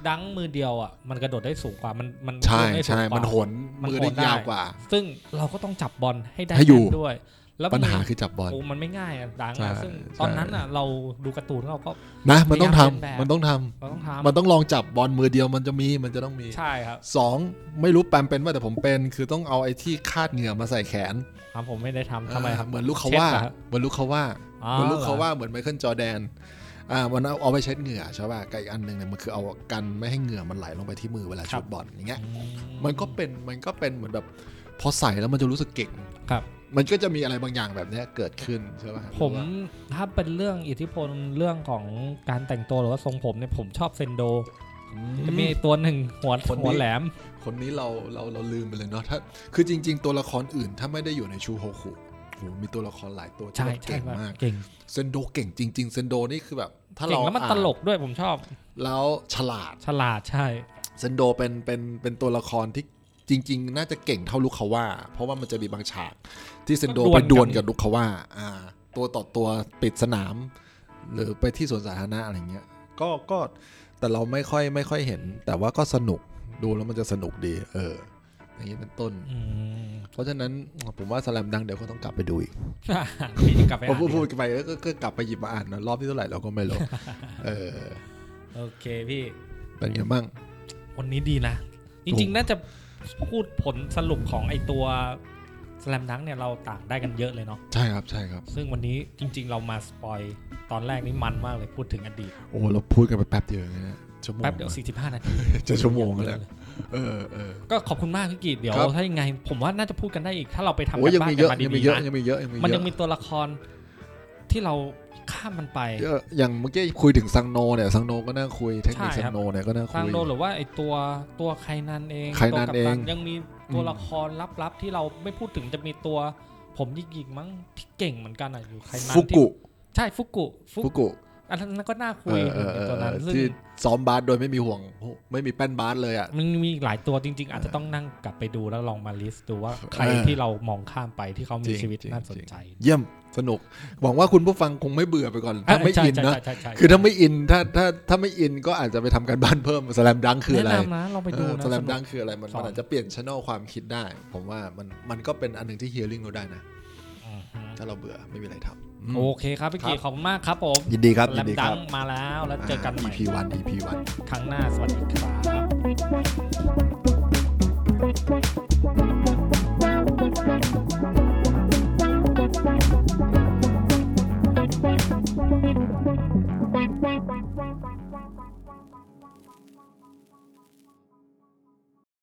A: ดังมือเดียวอ่ะมันกระโดดได้สูงกว่ามันมัน
B: ใช่
A: เลื่อนได้สูง
B: ใช่
A: กว่า
B: มันโหน
A: มัน
B: มือ
A: โหน
B: ได้ยาว
A: ได้
B: กว่า
A: ซึ่งเราก็ต้องจับบอลให้ได้
B: ให้อยู่
A: แม่นด้วย แล้ว
B: ปัญหา
A: มือ
B: คือจับบอล
A: โอ้มันไม่ง่ายอ่ะดัง
B: ใช่
A: อ่ะซึ่ง
B: ใช่
A: ตอนนั้นอ่ะเราดูการ์ตูนแล้วเราก็
B: นะมันต้อง
A: พ
B: ทำ
A: ยายามเล่นแบบ
B: มันต้องทำ
A: เราต้อง
B: มัน
A: ทำ
B: ต้องลองจับบอลมือเดียวมันจะมีมันจะต้องมี
A: ใช่ครับ
B: สองไม่รู้แปมเป็นว่าแต่ผมเป็น คือต้องเอาไอ้ที่คาดเหงื่อมาใส่แขน
A: ครับผมไม่ได้ทำทำไมครับ
B: เหมือนลูกเขาว่า
A: เช็ดเหรอฮะ
B: เหมือนลูกเขาว่า
A: อ๋อ
B: เหมือนลูกเขา
A: หรอ
B: ว่าเหมือนไมเคิลจอร์แดน อ่ามันเอาเอาไปเช็ดเหงื่อใช่ป่ะกับอีกอันหนึ่งเนี่ยมันคือเอากันไม่ให้เหงื่อมันไหลลงไปที่มือเวลาชุดบอลอย่างเงี้ย
A: อื
B: มันก็เป็นมันก็เป็นเหมือนแบบ พอใส่แล้วมันจะรู้สึกเก่ง
A: ครับ
B: มันก็จะมีอะไรบางอย่างแบบเนี้ยเกิดขึ้นใช่ป่ะ
A: ผม
B: หรือว่า
A: ถ้าเป็นเรื่องอิทธิพลเรื่องของการแต่งตัวหรือว่าทรงผมเนี่ยผมชอบเซนโด
B: อื
A: จะมีตัวหนึ่งหัว
B: คนนี้
A: หัวแหลม
B: คนนี้เราเราเราลืมไปเลยเนาะถ้าคือจริง ๆ ตัวละครอื่นถ้าไม่ได้อยู่ในชูโฮคุโหมีตัวละครหลายตัวที่
A: ใช่
B: แบบ
A: ใช่
B: เก่ง
A: ครับ
B: มาก
A: เก่ง
B: เซนโดเก่งจริง ๆ เซนโดนี่คือแบบถ้า
A: เก่
B: เรา
A: งแล้วมันตลกด้วยผมชอบ
B: แล้วฉลาด
A: ฉลาดใช่
B: เซนโดเป็นเป็นเป็นตัวละครที่จริง ๆ น่าจะเก่งเท่าลูกเขาว่า เพราะว่ามันจะมีบางฉาก ที่เซนโด
A: ก็
B: ไป
A: ด
B: ด
A: ว
B: วน ล
A: กั
B: กัน บลูกเขาว่าอ่า ตัวต่อตัวปิดสนาม หรือไปที่สวนสาธารณะอะไรเงี้ยก็ก็แต่เราไม่ค่อยไม่ค่อยเห็น แต่ว่าก็สนุกดูแล้วมันจะสนุกดี เออ อย่างนี้เป็นต้น
A: อืม (laughs)
B: เพราะฉะนั้นผมว่าสแลมดังเดี๋ยวก็ต้องกลับไปดูอีก
A: พี่กลับไป
B: พอ
A: อ่าน
B: พูดพูด
A: ดีกว่า
B: ไปก็ก็ก็กลับไปหยิบมาอ่านนะรอบที่เท่าไหร่เราก็ไม่
A: (laughs)
B: รู้เออ
A: โอเคพี่
B: เป็นไงบ้าง
A: วันนี้ดีนะ จริง ๆ น่าจะพูดผลสรุปของไอตัวสแลมดังเนี่ยเราต่างได้กันเยอะเลยเนาะ
B: ใช่ครับใช่ครับ
A: ซึ่งวันนี้จริง ๆ เรามาสปอยตอนแรกนี่มันมากเลยพูดถึงอดีต
B: โอ้เราพูดกันไปแป๊บเดียวเองนะชั่วโมง
A: แป๊บเดียว45 นาที
B: จะชั่วโมงแล้ว เออเออ
A: ก็ขอบคุณมากพี่กีดเดี๋ยว
B: ครับ
A: ถ้ายังไง ผมว่าน่าจะพูดกันได้อีกถ้าเราไปทำกัน
B: โอ้ยยัง
A: บ้าน
B: มี
A: กั
B: เย
A: นมา
B: อะยังมี
A: ดีๆ
B: เยอะ
A: นะ
B: ยังมีเยอะยังมี
A: มัน
B: เย
A: ยั
B: อะ
A: งมีตัวละครที่เราข้ามมันไป
B: เยอะอย่างเมื่อกี้คุยถึงซังโนเนี่ยซังโนก็น่าคุยเทคนิค
A: ใช่
B: ซั
A: ครับ
B: งโนเนี่ยก็น่า
A: สร้าง
B: คุย
A: โดนหรือว่าไอตัวตัวใครนันเอง
B: ใครนัน
A: ตัวกัป
B: เอง
A: ยังมีตัว
B: อืม
A: ละครลับๆที่เราไม่พูดถึงจะมีตัวผมยิกยิกมั้งที่เก่งเหมือนกันอ่ะอยู่ใครนัน
B: ฟุกุ
A: ที่ใช่ฟุกุฟุ
B: ฟุ
A: กุ
B: กุ
A: อันนั้นก็น่าคุ
B: เอย อเออเอ
A: ใน
B: อ
A: ตัวนั้นซึ่ง
B: ที่ซ้อมบาสโดยไม่มีห่วง ไม่มีแป้นบาสเลยอ่ะ
A: มันมีอีกหลายตัวจริง ๆ อาจจะต้องนั่งกลับไปดูแล้วลองมาลิสต์ดูว่าใคร
B: เออ
A: ที่เรามองข้ามไปที่เขามี
B: จริง
A: ชีวิต
B: จริง
A: น่าสนใจ
B: เยี่ยมสนุก หวังว่าคุณผู้ฟังคงไม่เบื่อไปก่อน ถ้าไม่
A: ใช่
B: อิน
A: ใช่
B: นะ
A: ใช่ใช่
B: คือถ้าไม่อินถ้าถ้าถ้าไม่อินก็อาจจะไปทำการบ้านเพิ่มสแลมดังคืออะไร
A: แนะนำนะลองไปดูนะ
B: สแล
A: ส
B: ม
A: นุก
B: ดังคืออะไรมัน
A: สอน
B: มันอาจจะเปลี่ยนช n นลความคิดได้ ผมว่ามันมันก็เป็นอันหนึ่งที่เฮียริ่งเราได้นะ
A: อือฮึ
B: ถ้าเราเบื่อไม่มีอะไรทำ
A: โอเคครับพี่กีขอบคุณมากครับผม
B: ยินดีครับ ยิ
A: แล
B: น
A: ม
B: ดีค
A: ดั
B: รั
A: ง
B: บ
A: มาแล้วแล้วเจอกันใหม่
B: า EP 1 EP 1
A: ครั้งหน้าสวัสดีครับ